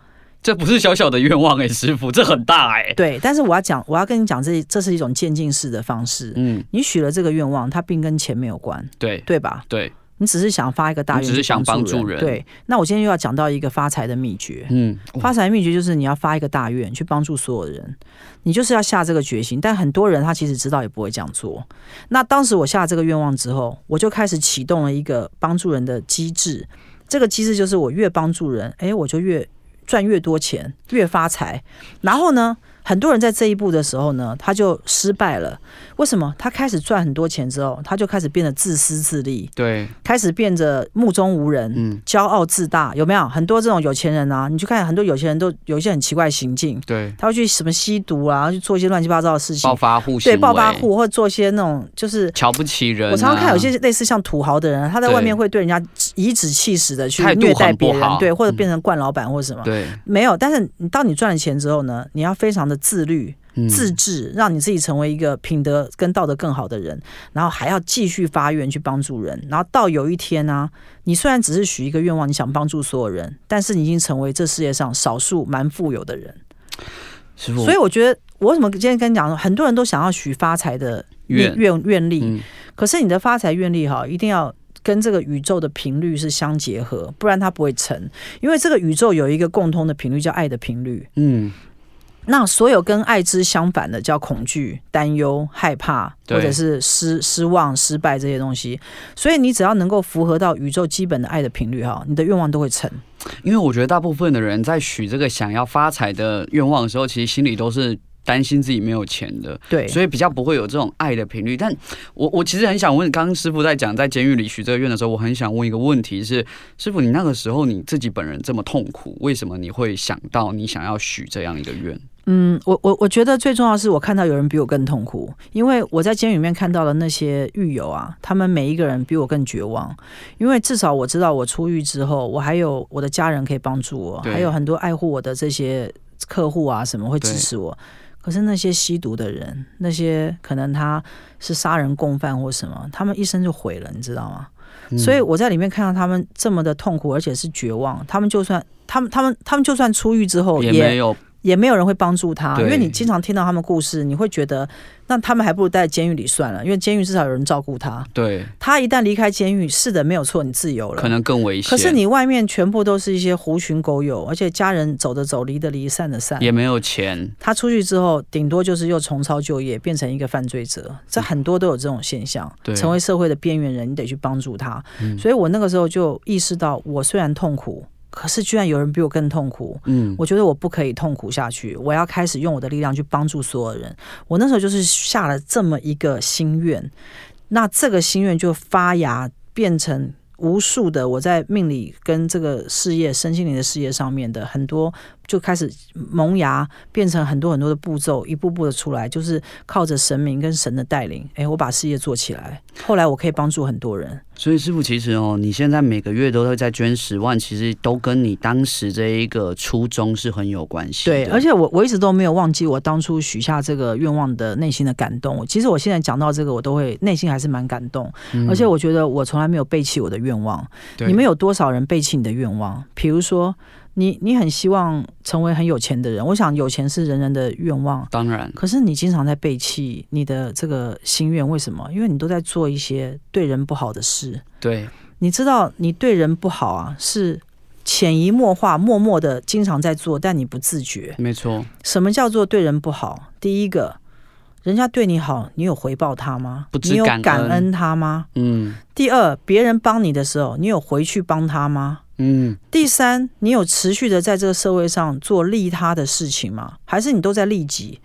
C: 这不是小小的愿望哎，师傅，这很大哎，
B: 对，但是我要讲，我要跟你讲，这这是一种渐进式的方式。
C: 嗯，
B: 你许了这个愿望，它并跟钱没有关，
C: 对
B: 对吧？
C: 对，
B: 你只是想发一个大愿，
C: 你只是想帮助人
B: 对，那我今天又要讲到一个发财的秘诀。
C: 嗯，哇
B: 发财秘诀就是你要发一个大愿，去帮助所有人。你就是要下这个决心，但很多人他其实知道也不会这样做。那当时我下这个愿望之后，我就开始启动了一个帮助人的机制。这个机制就是我越帮助人，诶，我就越赚越多钱，越发财。然后呢，很多人在这一步的时候呢，他就失败了。为什么？他开始赚很多钱之后，他就开始变得自私自利，
C: 对，
B: 开始变得目中无人。
C: 嗯
B: 骄傲自大，有没有很多这种有钱人啊？你去看很多有钱人都有一些很奇怪的行径，
C: 对，
B: 他会去什么吸毒啊，去做一些乱七八糟的事情
C: 暴，发户行
B: 对
C: 为
B: 暴发。户或者做一些那种就是。
C: 瞧不起人啊、
B: 我常常看有些类似像土豪的人，他在
C: 对
B: 外面会对人家颐指气使的去
C: 态度
B: 虐待
C: 很不
B: 别人，
C: 好
B: 对，或者
C: 嗯
B: 变成惯老板或什么，
C: 对、
B: 没有。但是你当你赚了钱之后呢，你要非常的自律、
C: 嗯
B: 自制，让你自己成为一个品德跟道德更好的人，然后还要继续发愿去帮助人，然后到有一天呢、你虽然只是许一个愿望，你想帮助所有人，但是你已经成为这世界上少数蛮富有的人。
C: 师傅，
B: 所以我觉得，我为什么今天跟你讲，很多人都想要许发财的
C: 愿
B: 愿愿力，
C: 嗯
B: 可是你的发财愿力哈，一定要。跟这个宇宙的频率是相结合，不然它不会成。因为这个宇宙有一个共通的频率，叫爱的频率。
C: 嗯，
B: 那所有跟爱之相反的叫恐惧、担忧、害怕，
C: 对
B: 或者是失失望、失败这些东西。所以你只要能够符合到宇宙基本的爱的频率哈，你的愿望都会成。
C: 因为我觉得大部分的人在许这个想要发财的愿望的时候，其实心里都是担心自己没有钱的，
B: 对，
C: 所以比较不会有这种爱的频率。但我我其实很想问，刚刚师傅在讲在监狱里许这个愿的时候，我很想问一个问题是：师傅，你那个时候你自己本人这么痛苦，为什么你会想到你想要许这样一个愿？
B: 嗯，我我我觉得最重要的是，我看到有人比我更痛苦，因为我在监狱里面看到了那些狱友啊，他们每一个人比我更绝望，因为至少我知道我出狱之后，我还有我的家人可以帮助我，
C: 对
B: 还有很多爱护我的这些客户啊，什么会支
C: 对
B: 持我。可是那些吸毒的人，那些可能他是杀人共犯或什么，他们一生就毁了，你知道吗？
C: 嗯
B: 所以我在里面看到他们这么的痛苦，而且是绝望。他们就算他们他们他们就算出狱之后
C: 也没有
B: 哦也没有人会帮助他，
C: 对
B: 因为你经常听到他们故事，你会觉得那他们还不如待在监狱里算了，因为监狱至少有人照顾他。
C: 对，
B: 他一旦离开监狱，是的，没有错，你自由了。
C: 可能更危险。
B: 可是你外面全部都是一些狐群狗友，而且家人走的走，离的离，散的散。
C: 也没有钱，
B: 他出去之后，顶多就是又重操旧业，变成一个犯罪者。这很多都有这种现象，
C: 嗯对嗯
B: 成为社会的边缘人，你得去帮助他。所以我那个时候就意识到，我虽然痛苦，可是居然有人比我更痛苦。
C: 嗯，
B: 我觉得我不可以痛苦下去，我要开始用我的力量去帮助所有人。我那时候就是下了这么一个心愿，那这个心愿就发芽变成。无数的我在命理跟这个事业、身心灵的事业上面的很多就开始萌芽，变成很多很多的步骤，一步步的出来，就是靠着神明跟神的带领，哎，我把事业做起来。后来我可以帮助很多人，
C: 所以师傅，其实哦，你现在每个月都会在捐十万，其实都跟你当时这一个初衷是很有关系的。
B: 对，而且我我一直都没有忘记我当初许下这个愿望的内心的感动。其实我现在讲到这个，我都会内心还是蛮感动，
C: 嗯
B: 而且我觉得我从来没有背弃我的愿望。
C: 对
B: 你们有多少人背弃你的愿望？比如说，你你很希望成为很有钱的人，我想有钱是人人的愿望，
C: 当然
B: 可是你经常在背弃你的这个心愿，为什么？因为你都在做一些对人不好的事。
C: 对，
B: 你知道，你对人不好啊，是潜移默化、默默的经常在做，但你不自觉。
C: 没错，
B: 什么叫做对人不好？第一个，人家对你好，你有回报他吗
C: 不？知
B: 你有
C: 感恩
B: 感恩他吗？
C: 嗯
B: 第二，别人帮你的时候，你有回去帮他吗？
C: 嗯，
B: 第三，你有持续的在这个社会上做利他的事情吗？还是你都在利己？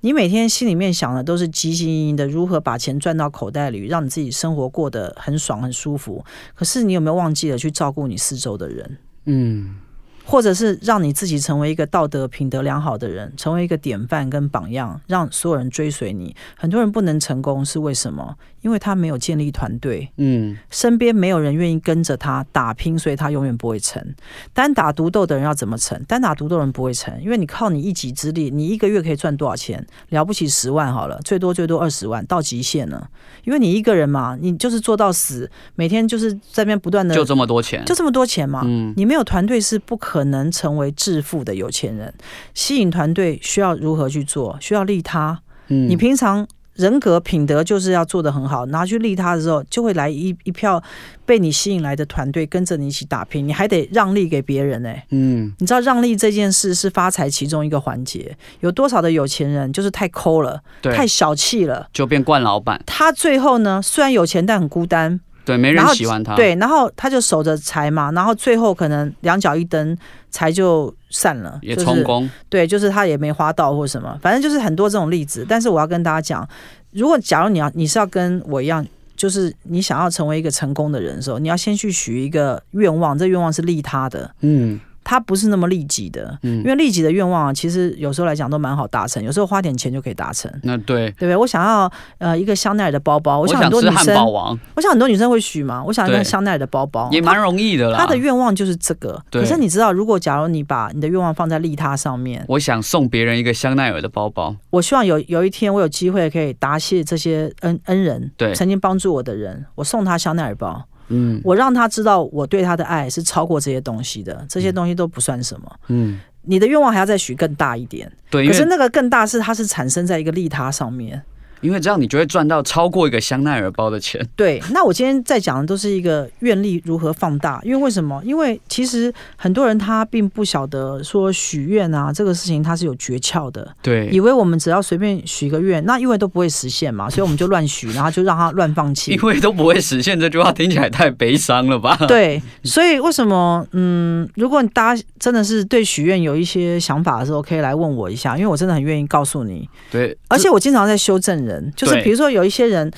B: 你每天心里面想的都是汲汲营营的如何把钱赚到口袋里，让你自己生活过得很爽很舒服。可是你有没有忘记了去照顾你四周的人，
C: 嗯，
B: 或者是让你自己成为一个道德品德良好的人，成为一个典范跟榜样，让所有人追随你？很多人不能成功是为什么？因为他没有建立团队。
C: 嗯，
B: 身边没有人愿意跟着他打拼，所以他永远不会成。单打独斗的人要怎么成？单打独斗的人不会成，因为你靠你一己之力，你一个月可以赚多少钱？了不起十万好了，最多最多二十万，到极限了。因为你一个人嘛，你就是做到死，每天就是在那边不断的
C: 就这么多钱，
B: 就这么多钱嘛。
C: 嗯
B: 你没有团队是不可能成为致富的有钱人。吸引团队需要如何去做？需要利他，
C: 嗯，
B: 你平常人格品德就是要做得很好，拿去利他的时候，就会来一一票被你吸引来的团队跟着你一起打拼，你还得让利给别人呢、
C: 嗯
B: 你知道让利这件事是发财其中一个环节，有多少的有钱人就是太抠了，
C: 对，
B: 太小气了。
C: 就变惯老板，
B: 他最后呢，虽然有钱，但很孤单，
C: 对，没人
B: 然后
C: 喜欢他，，
B: 对，然后他就守着财嘛，然后最后可能两脚一蹬，财就散了，
C: 也
B: 就是
C: 充公，
B: 对，就是他也没花到或什么，反正就是很多这种例子。但是我要跟大家讲，如果假如你要你是要跟我一样，就是你想要成为一个成功的人的时候，你要先去许一个愿望，这愿望是利他的，
C: 嗯
B: 它不是那么利己的。因
C: 嗯，
B: 为利己的愿望啊，其实有时候来讲都蛮好达成，有时候花点钱就可以达成，
C: 那对，
B: 对不对？我想要呃一个香奈儿的包包，我
C: 我
B: 想很多
C: 吃
B: 女
C: 汉
B: 生，
C: 堡
B: 我
C: 王
B: 想很多女生会许嘛，我想要一
C: 对
B: 个香奈儿的包包，
C: 也蛮容易的啦，
B: 她的愿望就是这个。
C: 对
B: 可是你知道，如果假如你把你的愿望放在利他上面，
C: 我想送别人一个香奈儿的包包，
B: 我希望有有一天我有机会可以答谢这些恩恩人，
C: 对
B: 曾经帮助我的人，我送他香奈儿包，
C: 嗯
B: 我让他知道我对他的爱是超过这些东西的，这些东西都不算什么。
C: 嗯，
B: 你的愿望还要再许更大一点，
C: 对，因
B: 可是
C: 为
B: 那个更大是它是产生在一个利他上面。
C: 因为这样你就会赚到超过一个香奈儿包的钱，
B: 对，那我今天在讲的都是一个愿力如何放大，因为为什么？因为其实很多人他并不晓得说许愿啊这个事情它是有诀窍的，
C: 对
B: 以，为我们只要随便许个愿，那因为都不会实现嘛，所以我们就乱许，然后就让它乱放弃
C: 因。为都不会实现这句话，听起来太悲伤了吧？
B: 对，所以为什么嗯，如果大家真的是对许愿有一些想法的时候，可以来问我一下，因为我真的很愿意告诉你。
C: 对，
B: 而且我经常在修正人，就是
C: 对
B: 比如说有一些人，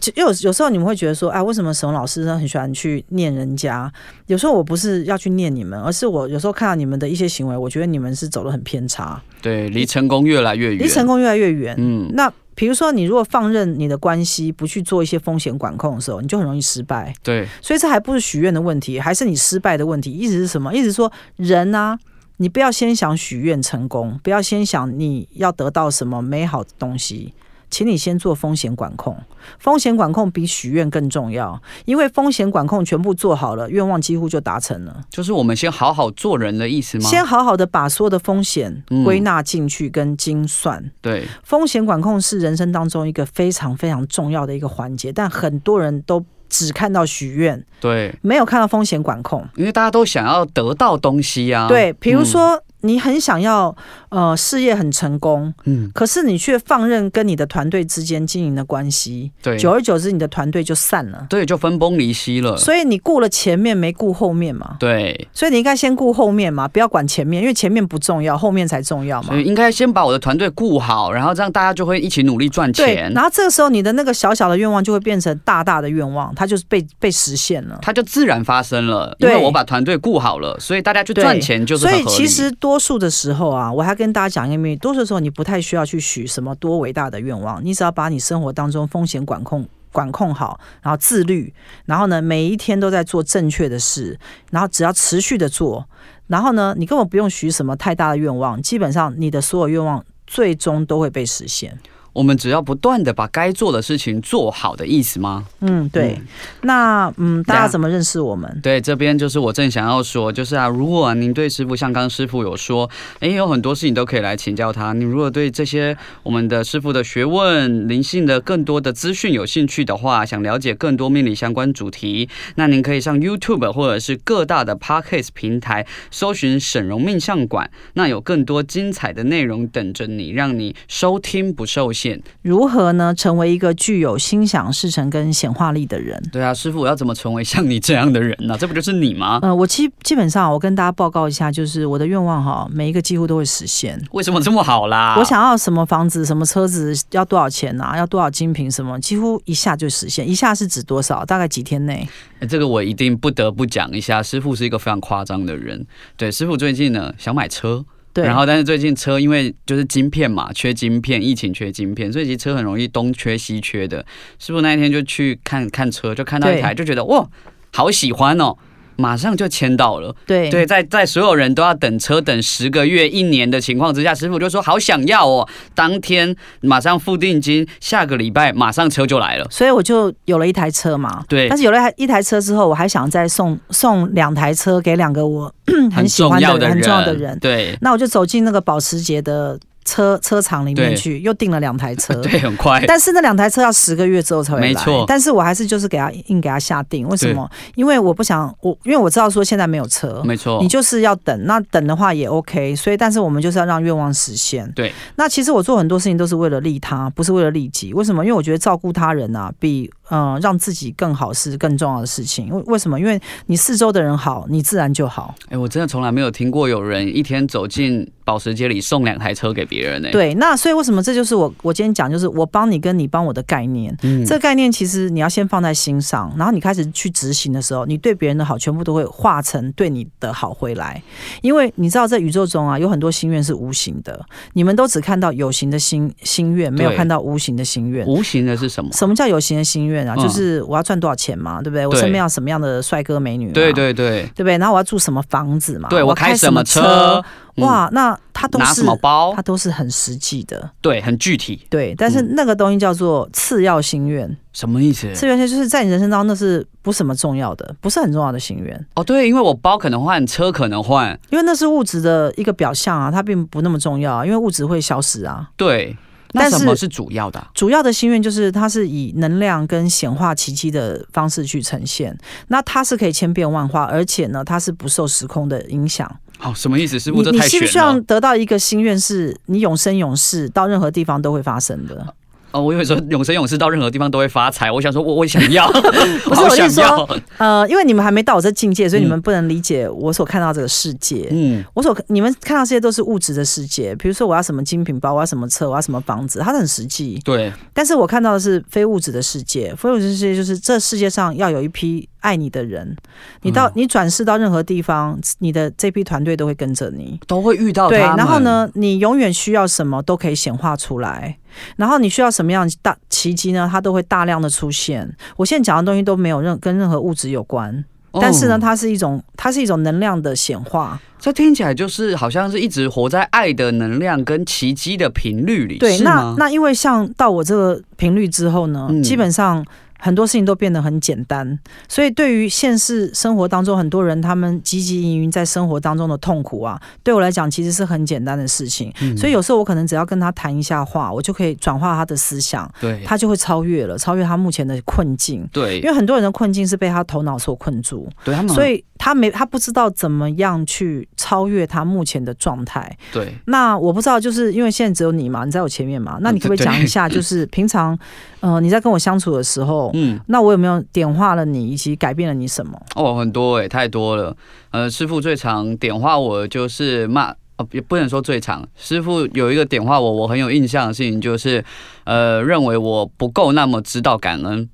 B: 就有有时候你们会觉得说，哎，为什么沈老师呢很喜欢去念人家？有时候我不是要去念你们，而是我有时候看到你们的一些行为，我觉得你们是走得很偏差，
C: 对，离成功越来越远。
B: 离成功越来越远。
C: 嗯，
B: 那比如说，你如果放任你的关系不去做一些风险管控的时候，你就很容易失败。
C: 对，
B: 所以这还不是许愿的问题，还是你失败的问题。意思是什么？意思是说人啊，你不要先想许愿成功，不要先想你要得到什么美好的东西。请你先做风险管控，风险管控比许愿更重要，因为风险管控全部做好了，愿望几乎就达成了。
C: 就是我们先好好做人的意思吗？
B: 先好好的把所有的风险
C: 嗯
B: 归纳进去跟精算，
C: 对，
B: 风险管控是人生当中一个非常非常重要的一个环节，但很多人都只看到许愿，
C: 对，
B: 没有看到风险管控。
C: 因为大家都想要得到东西呀、啊。
B: 对，比如说。你很想要，呃，事业很成功，
C: 嗯，嗯，
B: 可是你却放任跟你的团队之间经营的关系，
C: 对，
B: 久而久之，你的团队就散了。
C: 对，就分崩离析了。
B: 所以你顾了前面，没顾后面嘛。
C: 对，
B: 所以你应该先顾后面嘛，不要管前面，因为前面不重要，后面才重要嘛。
C: 所以应该先把我的团队顾好，然后这样大家就会一起努力赚
B: 对，
C: 钱
B: 然，后这个时候你的那个小小的愿望就会变成大大的愿望，它就是被被实现了。
C: 它就自然发生了。因为
B: 对
C: 我把团队顾好了，所以大家去赚
B: 对
C: 钱就是
B: 所
C: 很
B: 以
C: 合理。
B: 其实多多数的时候啊，我还跟大家讲一个秘密，多数的时候你不太需要去许什么多伟大的愿望，你只要把你生活当中风险管控。管控好，然后自律，然后呢，每一天都在做正确的事，然后只要持续的做，然后呢，你根本不用许什么太大的愿望，基本上你的所有愿望最终都会被实现。
C: 我们只要不断的把该做的事情做好的意思吗？
B: 嗯，对。
C: 嗯啊
B: 那嗯，大
C: 那
B: 家怎么认识我们？
C: 对，这边就是我正想要说，就是啊，如果、您对师傅像刚刚师傅有说，诶，有很多事情都可以来请教他。你如果对这些我们的师傅的学问、灵性的更多的资讯有兴趣的话，想了解更多命理相关主题，那您可以上 YouTube 或者是各大的 Podcast 平台搜寻沈荣命相馆，那有更多精彩的内容等着你，让你收听不受限。
B: 如何呢，成为一个具有心想事成跟显化力的人？
C: 对啊，师傅，我要怎么成为像你这样的人呢、这不就是你吗？
B: 呃，我基基本上我跟大家报告一下，就是我的愿望哈，每一个几乎都会实现。
C: 为什么这么好啦？
B: 我想要什么房子、什么车子，要多少钱啊？要多少精品？什么几乎一下就实现，一下是指多少？大概几天内？
C: 欸这个我一定不得不讲一下，师傅是一个非常夸张的人。对，师傅最近呢想买车，
B: 对，
C: 然后但是最近车因为就是晶片嘛，缺晶片，疫情缺晶片，所以其实车很容易东缺西缺的。师傅那一天就去看看车，就看到一台，就觉得哇，好喜欢哦。马上就签到了，
B: 对
C: 对，在在所有人都要等车等十个月、一年的情况之下，师傅就说好想要哦，当天马上付定金，下个礼拜马上车就来了。
B: 所以我就有了一台车嘛。
C: 对
B: 但是有了一台一台车之后，我还想再送送两台车给两个我很喜欢的人、很重要的人。
C: 对，
B: 那我就走进那个保时捷的车车厂里面
C: 对呃
B: 去，又订了两台车。
C: 对，很快。
B: 但是那两台车要十个月之后才会来，
C: 没错
B: 但是我还是就是给他硬给他下定，为什么？因为我不想我，因为我知道说现在没有车，
C: 没错，
B: 你就是要等，那等的话也 OK，所以但是我们就是要让愿望实现。
C: 对，
B: 那其实我做很多事情都是为了利他，不是为了利己。为什么？因为我觉得照顾他人啊，比嗯、呃让自己更好是更重要的事情。为为什么？因为你四周的人好，你自然就好。
C: 哎、我真的从来没有听过有人一天走进保时捷里送两台车给别人呢、，
B: 对，那所以为什么这就是我我今天讲，就是我帮你跟你帮我的概念。
C: 嗯
B: 这个概念其实你要先放在心上，然后你开始去执行的时候，你对别人的好全部都会化成对你的好回来，因为你知道在宇宙中啊，有很多心愿是无形的，你们都只看到有形的心心愿，没有
C: 对
B: 看到无形的心愿。
C: 无形的是什么？
B: 什么叫有形的心愿啊？
C: 嗯
B: 就是我要赚多少钱嘛，对不对？我
C: 对
B: 身边要什么样的帅哥美女嘛？
C: 对对对，
B: 对不对？然后我要住什么房子嘛？
C: 对
B: 我
C: 我
B: 开
C: 开
B: 什
C: 什
B: 么
C: 么
B: 车
C: 车？嗯
B: 哇，那它都
C: 拿
B: 是
C: 什么包
B: 它？都是很实际的。
C: 对，很具体，
B: 对，但是
C: 嗯
B: 那个东西叫做次要心愿，
C: 什么意思？
B: 次要心愿就是在你人生当中那是不什么重要的，不是很重要的心愿，
C: 哦，对，因为我包可能换，车可能换，
B: 因为那是物质的一个表象啊，它并不那么重要啊，因为物质会消失啊。
C: 对。
B: 但
C: 那
B: 是
C: 什么是主要的啊、
B: 主要的心愿就是它是以能量跟显化奇迹的方式去呈现，那它是可以千变万化，而且呢，它是不受时空的影响。
C: 好、哦什么意思？师
B: 你
C: 傅，这
B: 你
C: 太
B: 希
C: 玄
B: 不希望
C: 了。
B: 得到一个心愿是你永生永世到任何地方都会发生的？
C: 哦，我以为说永生永世到任何地方都会发财，我想说我我想 要，不
B: 是我是
C: 想
B: 说
C: 要，
B: 呃，因为你们还没到我这境界，所以你
C: 嗯
B: 们不能理解我所看到这个世界。
C: 嗯，
B: 我所你们看到这些都是物质的世界，比如说我要什么精品包，我要什么车，我要什么房子，它是很实际。
C: 对，
B: 但是我看到的是非物质的世界，非物质世界就是这世界上要有一批爱你的人，你到、
C: 嗯
B: 你转世到任何地方，你的这批团队都会跟着你。
C: 都会遇到
B: 对，
C: 他们
B: 然后？呢，你永远需要什么都可以显化出来，然后你需要什么样的大奇迹呢？它都会大量的出现。我现在讲的东西都没有任跟任何物质有关，
C: 哦
B: 但是呢，它是一种它是一种能量的显化。
C: 这听起来就是好像是一直活在爱的能量跟奇迹的频率里，
B: 对，
C: 是
B: 那
C: 吗？
B: 那因为像到我这个频率之后呢，
C: 嗯
B: 基本上很多事情都变得很简单，所以对于现实生活当中很多人他们汲汲营营在生活当中的痛苦啊，对我来讲其实是很简单的事情。
C: 嗯
B: 所以有时候我可能只要跟他谈一下话，我就可以转化他的思想，
C: 对
B: 他就会超越了，超越他目前的困境。因
C: 对嗯
B: 为很多人的困境是被他头脑所困住，
C: 对，他们
B: 所以他没他不知道怎么样去超越他目前的状态。
C: 对
B: 那我不知道，就是因为现在只有你嘛，你在我前面嘛，那你可不可以
C: 嗯对
B: 讲一 下，就是平常，呃，你在跟我相处的时候，
C: 嗯
B: 那我有没有点化了你，以及改变了你什么？
C: 哦很多哎、太多了。呃，师傅最常点化我就是骂。哦，也不能说最常。师傅有一个点化我，我很有印象的事情就是，呃，认为我不够那么知道感恩。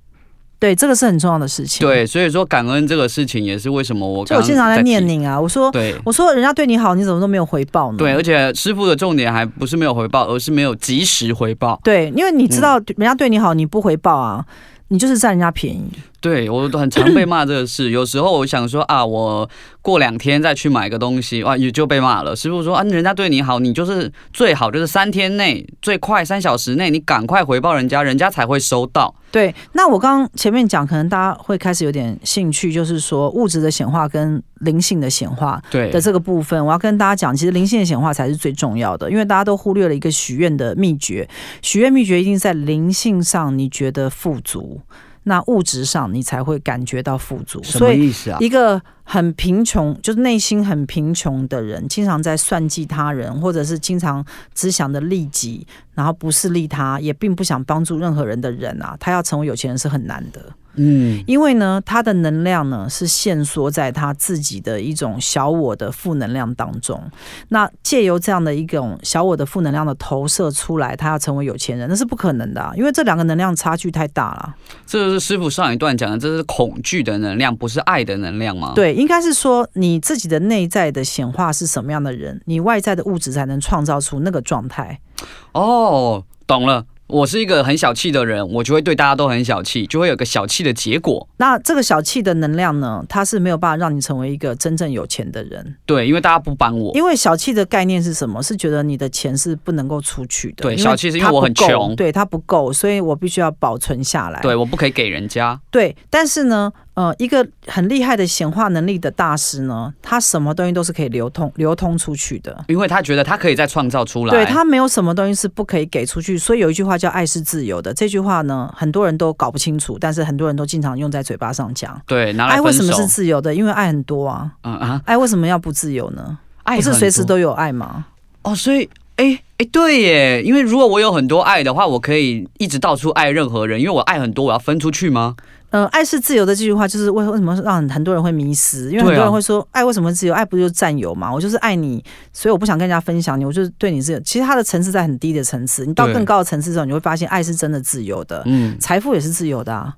B: 对，这个是很重要的事情。，
C: 对，所以说感恩这个事情也是为什么我
B: 就嗯
C: 刚
B: 我
C: 刚
B: 经常在
C: 提
B: 念。你啊，我说
C: 对
B: 我说人家对你好，你怎么都没有回报呢？
C: 对，而且师傅的重点还不是没有回报，而是没有及时回报。
B: 对，因为你知
C: 嗯
B: 道人家对你好，你不回报啊，你就是占人家便宜。
C: 对我很常被骂这个 事，有时候我想说啊，我过两天再去买个东西，哇、也就被骂了。师傅说啊，人家对你好，你就是最好就是三天内，最快三小时内，你赶快回报人家，人家才会收到。
B: 对，那我刚刚前面讲，可能大家会开始有点兴趣，就是说物质的显化跟灵性的显化
C: 对
B: 的这个部分，我要跟大家讲，其实灵性的显化才是最重要的，因为大家都忽略了一个许愿的秘诀，许愿秘诀一定在灵性上你觉得富足，那物质上你才会感觉到富足，
C: 什
B: 所
C: 么
B: 以。
C: 意思啊？
B: 一个很贫穷，就是内心很贫穷的人，经常在算计他人，或者是经常只想着利己，然后不是利他，也并不想帮助任何人的人啊，他要成为有钱人是很难的。
C: 嗯，
B: 因为呢，他的能量呢是限缩在他自己的一种小我的负能量当中。那借由这样的一种小我的负能量的投射出来，他要成为有钱人，那是不可能的、啊，因为这两个能量差距太大了。
C: 这就是师傅上一段讲的，这是恐惧的能量，不是爱的能量吗？，
B: 对，应该是说你自己的内在的显化是什么样的人，你外在的物质才能创造出那个状态。
C: 哦，懂了。我是一个很小气的人，我就会对大家都很小气，就会有个小气的结果。
B: 那这个小气的能量呢，它是没有办法让你成为一个真正有钱的人，
C: 对，因为大家不帮我。
B: 因为小气的概念是什么？是觉得你的钱是不能够出去的。
C: 对
B: 因为
C: 小气是因为
B: 它
C: 我
B: 不
C: 很
B: 够
C: 穷
B: 对它不够，所以我必须要保存下来。
C: 对，我不可以给人家。
B: 对，但是呢，呃，一个很厉害的显化能力的大师呢，他什么东西都是可以流通流通出去的。
C: 因为他觉得他可以再创造出来。
B: 对他没有什么东西是不可以给出去，所以有一句话叫“爱是自由的”。这句话呢，很多人都搞不清楚，但是很多人都经常用在嘴巴上讲。
C: 对拿来
B: 爱为
C: 分
B: 什么
C: 手。
B: 是自由的？因为爱很多啊，
C: 嗯啊，
B: 爱为什么要不自由呢？
C: 爱
B: 不是
C: 很
B: 随时
C: 多
B: 都有爱吗？
C: 哦，所以哎哎对耶，因为如果我有很多爱的话，我可以一直到处爱任何人，因为我爱很多，我要分出去吗？
B: 呃，爱是自由的这句话，就是为为什么让很多人会迷失？因为
C: 对啊
B: 很多人会说，爱为什么自由？爱不就是占有嘛？我就是爱你，所以我不想跟人家分享你，我就是对你是有。其实它的层次在很低的层次，你到
C: 对
B: 更高的层次之后，你会发现爱是真的自由的，
C: 嗯，
B: 财富也是自由的、啊，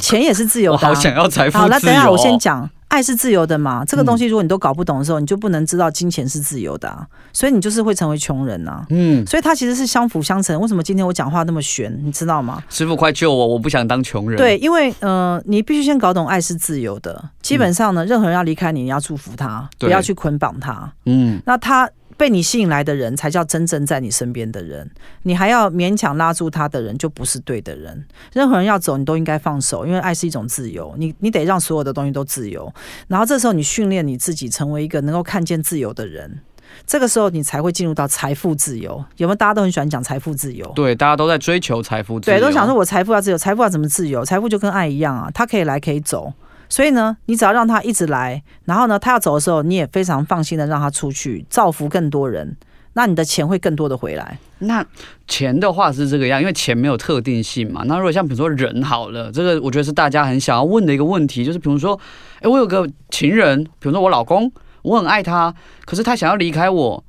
B: 钱也是自由
C: 我
B: 的、啊。
C: 好想要财富
B: 好，那
C: 自
B: 等一下
C: 由
B: 我先
C: 哦嗯
B: 讲，爱是自由的嘛，这个东西如果你都搞不懂的时候，你就不能知道金钱是自由的、啊，所以你就是会成为穷人啊。
C: 嗯，
B: 所以它其实是相辅相成。为什么今天我讲话那么悬，你知道吗？
C: 师傅快救我，我不想当穷人。
B: 对，因为呃，你必须先搞懂爱是自由的。基本上呢，任何人要离开你，你要祝福他，不
C: 嗯对
B: 要去捆绑他。
C: 嗯，
B: 那他被你吸引来的人，才叫真正在你身边的人。你还要勉强拉住他的人，就不是对的人。任何人要走，你都应该放手，因为爱是一种自由。你你得让所有的东西都自由，然后这时候你训练你自己，成为一个能够看见自由的人。这个时候你才会进入到财富自由。有没有？大家都很喜欢讲财富自由。
C: 对，大家都在追求财富自由。
B: 对，都想说我财富要自由，财富要怎么自由？财富就跟爱一样啊，它可以来可以走。所以呢，你只要让他一直来，然后呢，他要走的时候，你也非常放心的让他出去，造福更多人，那你的钱会更多的回来。
C: 那钱的话是这个样，因为钱没有特定性嘛。那如果像比如说人好了，这个我觉得是大家很想要问的一个问题，就是比如说，哎，我有个情人，比如说我老公，我很爱他，可是他想要离开我，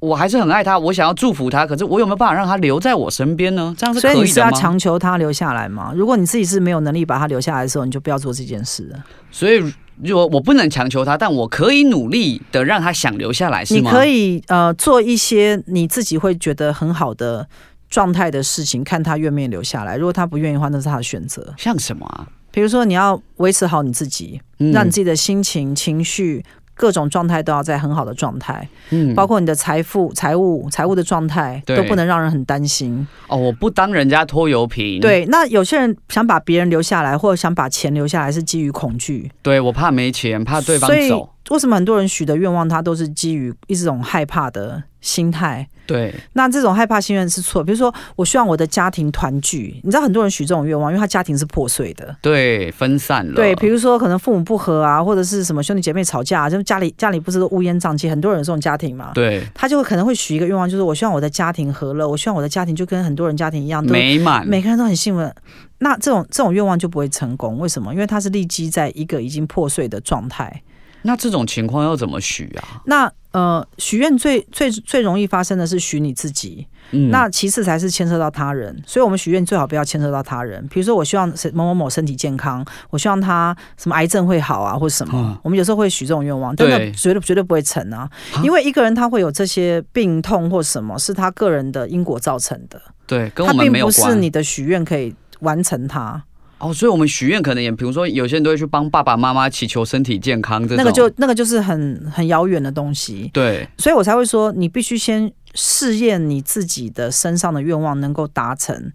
C: 我还是很爱他，我想要祝福他，可是我有没有办法让他留在我身边呢？这样是
B: 所以
C: 可
B: 你
C: 以
B: 是
C: 的
B: 要
C: 吗？
B: 强求他留下来吗？如果你自己是没有能力把他留下来的时候，你就不要做这件事了。
C: 所以如果我不能强求他，但我可以努力的让他想留下来，是
B: 你
C: 吗？
B: 可以呃做一些你自己会觉得很好的状态的事情，看他愿不愿意留下来。如果他不愿意的话，那是他的选择。
C: 像什么啊？
B: 比如说，你要维持好你自己，
C: 嗯
B: 让你自己的心情、情绪。各种状态都要在很好的状态，
C: 嗯
B: 包括你的财富、财务、财务的状态
C: 对
B: 都不能让人很担心。
C: 哦，我不当人家拖油瓶，
B: 对，那有些人想把别人留下来，或者想把钱留下来，是基于恐惧。
C: 对，我怕没钱，怕对方
B: 所以
C: 走，
B: 为什么很多人许的愿望，他都是基于一种害怕的心态？
C: 对。
B: 那这种害怕心愿是错。比如说，我希望我的家庭团聚，你知道很多人许这种愿望，因为他家庭是破碎的。
C: 对，分散了。
B: 对，比如说可能父母不和啊，或者是什么兄弟姐妹吵架、啊，就是家里家里不是都乌烟瘴气，很多人有这种家庭嘛。
C: 对
B: 他就会可能会许一个愿望，就是我希望我的家庭和乐，我希望我的家庭就跟很多人家庭一样，都
C: 美满，
B: 每个人都很幸福。那这种这种愿望就不会成功，为什么？因为它是立基在一个已经破碎的状态。
C: 那这种情况要怎么许啊？
B: 那呃，许愿最最最容易发生的是许你自己，
C: 嗯
B: 那其次才是牵涉到他人，所以我们许愿最好不要牵涉到他人。比如说，我希望谁某某某身体健康，我希望他什么癌症会好啊，或什么。
C: 嗯
B: 我们有时候会许这种愿望，真的
C: 对
B: 绝对绝对不会成啊
C: 啊，
B: 因为一个人他会有这些病痛或什么，是他个人的因果造成的，
C: 对，跟
B: 他
C: 我们
B: 并
C: 没有
B: 不是
C: 关
B: 你的许愿可以完成它。
C: 哦，所以我们许愿可能也，比如说有些人都会去帮爸爸妈妈祈求身体健康这种，
B: 那个就那个就是很很遥远的东西，
C: 对，
B: 所以我才会说，你必须先试验你自己的身上的愿望能够达成，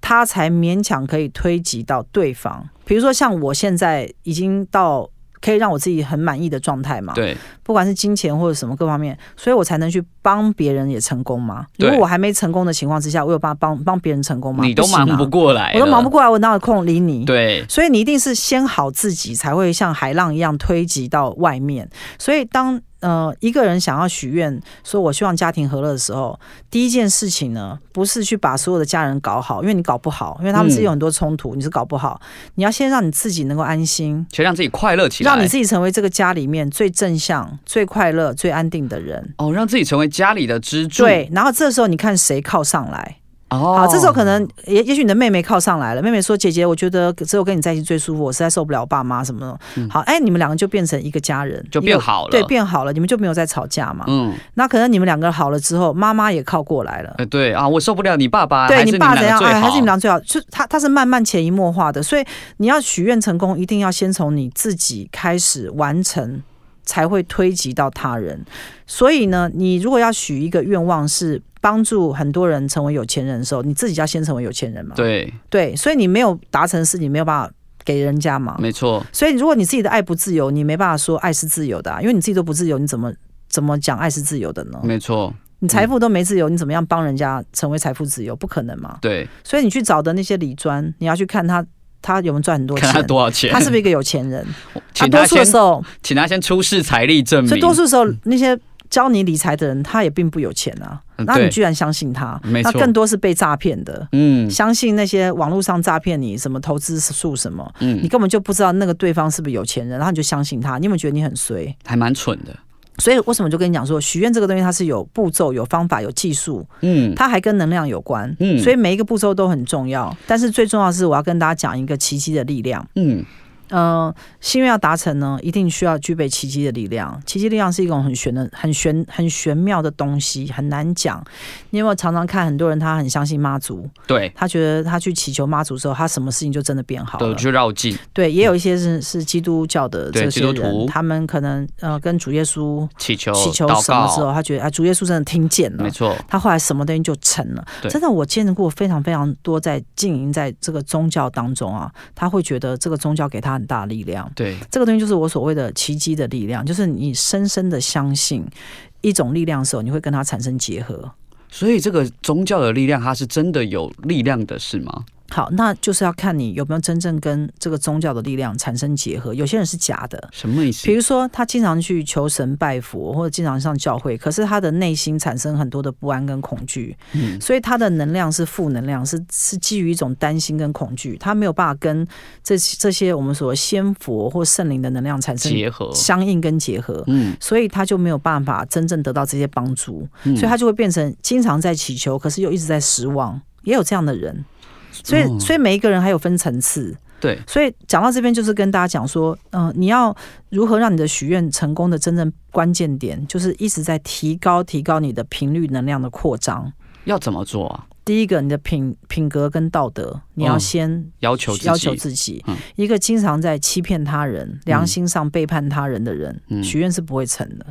B: 它才勉强可以推及到对方。比如说，像我现在已经到。可以让我自己很满意的状态嘛？，
C: 对，
B: 不管是金钱或者什么各方面，所以我才能去帮别人也成功嘛。如果
C: 对
B: 我还没成功的情况之下，我有办法帮帮别人成功吗？
C: 你都
B: 行啊
C: 忙不过来，
B: 我都忙不，过来，我哪有空理你？
C: 对，
B: 所以你一定是先好自己，才会像海浪一样推及到外面。所以当呃一个人想要许愿，说我希望家庭和乐的时候，第一件事情呢，不是去把所有的家人搞好，因为你搞不好，因为他们
C: 嗯
B: 自己有很多冲突，你是搞不好。你要先让你自己能够安心，
C: 先让自己快乐起来，
B: 让你自己成为这个家里面最正向、最快乐、最安定的人。
C: 哦，让自己成为家里的支柱，，
B: 对，然后这时候你看谁靠上来，
C: 哦，
B: 好，这时候可能也也许你的妹妹靠上来了，妹妹说：“姐姐，我觉得只有跟你在一起最舒服，我实在受不了我爸妈什么的。”好，哎，你们两个就变成一个家人，
C: 嗯就
B: 一个
C: 变好了，
B: 对，变好了，你们就没有再吵架嘛。
C: 嗯，
B: 那可能你们两个好了之后，妈妈也靠过来了。
C: 呃，对啊，我受不了你爸爸，
B: 对
C: 还是
B: 你爸
C: 们
B: 怎
C: 两
B: 样？
C: 个最
B: 哎，还是你们
C: 好
B: 俩最好。就他，他是慢慢潜移默化的，所以你要许愿成功，一定要先从你自己开始完成，才会推及到他人。所以呢，你如果要许一个愿望是帮助很多人成为有钱人的时候，你自己要先成为有钱人嘛。
C: 对，
B: 对，所以你没有达成的事，你没有办法给人家嘛。
C: 没错，
B: 所以如果你自己的爱不自由，你没办法说爱是自由的、啊，因为你自己都不自由，你怎么怎么讲爱是自由的呢？
C: 没错，
B: 你财富都没自由，你怎么样帮人家成为财富自由？不可能嘛。
C: 对，
B: 所以你去找的那些理专，你要去看他他有没有赚很多
C: 看
B: 钱
C: 他。多少钱，
B: 他是不是一个有钱 人？他
C: 请
B: 多
C: 他
B: 数的
C: 先，嗯
B: 时候，
C: 请他先出示财力证明，
B: 所以多数时候那些教你理财的人，他也并不有钱啊。
C: 嗯
B: 那你
C: 对
B: 居然相信他，
C: 没
B: 那
C: 错
B: 更多是被诈骗的。
C: 嗯
B: 相信那些网络上诈骗你什么投资术什么，你
C: 嗯，
B: 根本就不知道那个对方是不是有钱人，然后你就相信他，你有没有觉得你很衰？
C: 还蛮蠢的，
B: 所以为什么就跟你讲说，许愿这个东西它是有步骤、有方法、有技术，
C: 嗯，
B: 它还跟能量有关，
C: 嗯
B: 所以每一个步骤都很重要。但是最重要的是，我要跟大家讲一个奇迹的力量。
C: 嗯，
B: 呃，心愿要达成呢，一定需要具备奇迹的力量。奇迹力量是一种很玄的、很玄、很玄妙的东西，很难讲。你有没有常常看很多人他很相信妈祖，
C: 对，
B: 他觉得他去祈求妈祖之后，他什么事情就真的变好
C: 对，
B: 了。
C: 就绕境，
B: 对，也有一些是是基督教的
C: 对
B: 这
C: 基
B: 些
C: 督徒
B: 人，他们可能呃跟主耶稣
C: 祈求
B: 祈求
C: 祷
B: 什么时候，
C: 告，
B: 他觉得啊主耶稣真的听见了
C: 没。错，
B: 他后来什么东西就成了，
C: 对
B: 真的，我见过非常非常多在经营在这个宗教当中啊，他会觉得这个宗教给他很大的力量，
C: 对，
B: 这个东西就是我所谓的奇迹的力量，就是你深深的相信一种力量的时候，你会跟它产生结合。
C: 所以这个宗教的力量，它是真的有力量的，是吗？
B: 好，那就是要看你有没有真正跟这个宗教的力量产生结合，有些人是假的，
C: 什么意思
B: 比？如说，他经常去求神拜佛，或者经常上教会，可是他的内心产生很多的不安跟恐惧，
C: 嗯
B: 所以他的能量是负能量，是是基于一种担心跟恐惧，他没有办法跟这这些我们所谓仙佛或圣灵的能量产生
C: 结合，
B: 相应跟结合。
C: 嗯，
B: 所以他就没有办法真正得到这些帮助，
C: 嗯
B: 所以他就会变成经常在祈求，可是又一直在失望，也有这样的人。所以，
C: 哦
B: 所以每一个人还有分层次，
C: 对，
B: 所以讲到这边，就是跟大家讲说，嗯、你要如何让你的许愿成功的真正关键点，就是一直在提高提高你的频率能量的扩张。
C: 要怎么做啊？
B: 第一个，你的品品格跟道德，你要
C: 嗯
B: 先
C: 要求自己
B: 要求自己。
C: 嗯
B: 一个经常在欺骗他人、良心上背叛他人的人，
C: 嗯
B: 许愿是不会成的，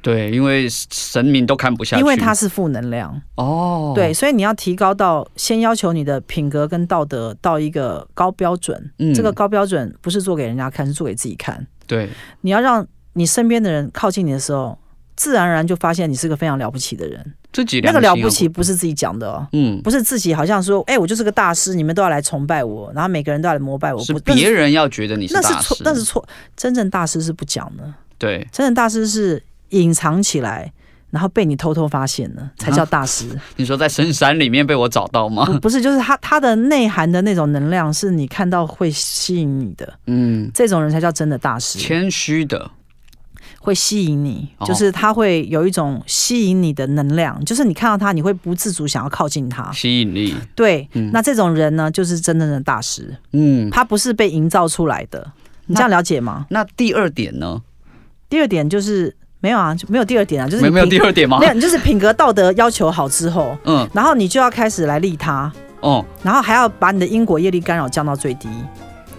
C: 对，因为神明都看不下去，
B: 因为他是负能量。
C: 哦，
B: 对，，所以你要提高到先要求你的品格跟道德到一个高标准。
C: 嗯
B: 这个高标准不是做给人家看，是做给自己看。
C: 对，
B: 你要让你身边的人靠近你的时候，自然而然就发现你是个非常了不起的人。
C: 自己
B: 那个了
C: 良心
B: 不
C: 要
B: 起，不是自己讲的哦，
C: 嗯，
B: 不是自己好像说，哎、我就是个大师，你们都要来崇拜我，然后每个人都要来膜拜我，
C: 是
B: 不
C: 别人要觉得你是
B: 那是
C: 大
B: 错
C: 师，，
B: 那是错。真正大师是不讲的，
C: 对，
B: 真正大师是隐藏起来。然后被你偷偷发现了，才叫大师。
C: 你说在深山里面被我找到吗？
B: 不是，就是他他的内涵的那种能量，是你看到会吸引你的，
C: 嗯，
B: 这种人才叫真的大师。
C: 谦虚的，
B: 会吸引你，
C: 哦
B: 就是它会有一种吸引你的能量，就是你看到它，你会不自主想要靠近它。
C: 吸引力，
B: 对，那这种人呢，就是真正的大师，
C: 嗯。
B: 他不是被营造出来的。你这样了解吗？
C: 那第二点呢？
B: 第二点就是没有啊，就没有第二点啊，就是
C: 没
B: 你
C: 没有第
B: 品
C: 二点吗
B: 没？有，你就是品格道德要求好之后，
C: 嗯，
B: 然后你就要开始来利他，
C: 哦，
B: 然后还要把你的因果业力干扰降到最低。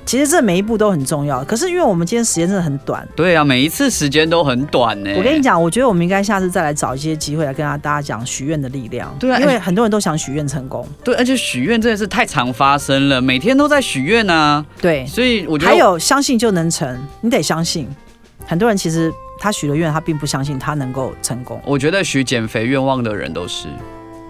B: 其实这每一步都很重要，可是因为我们今天时间真的很短，
C: 对啊，每一次时间都很短呢。
B: 我跟你，讲，我觉得我们应该下次再来找一些机会来跟大家讲许愿的力量。
C: 对啊
B: 因为很多人都想许愿成功。
C: 对，而且许愿真的是太常发生了，每天都在许愿啊，
B: 对，
C: 所以我觉得
B: 还有相信就能成，你得相信。很多人其实他许了愿，他并不相信他能够成功。
C: 我觉得许减肥愿望的人都是，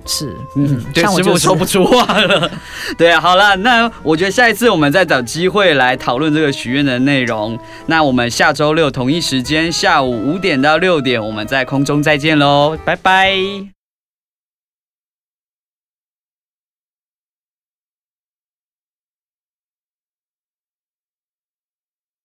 B: 是，
C: 嗯，对，
B: 像我
C: 师
B: 就
C: 傅
B: 是
C: 说不出 话了。对啊，好了，那我觉得下一次我们再找机会来讨论这个许愿的内容。那我们下周六同一时间下午五点到六点，我们在空中再见喽，拜拜。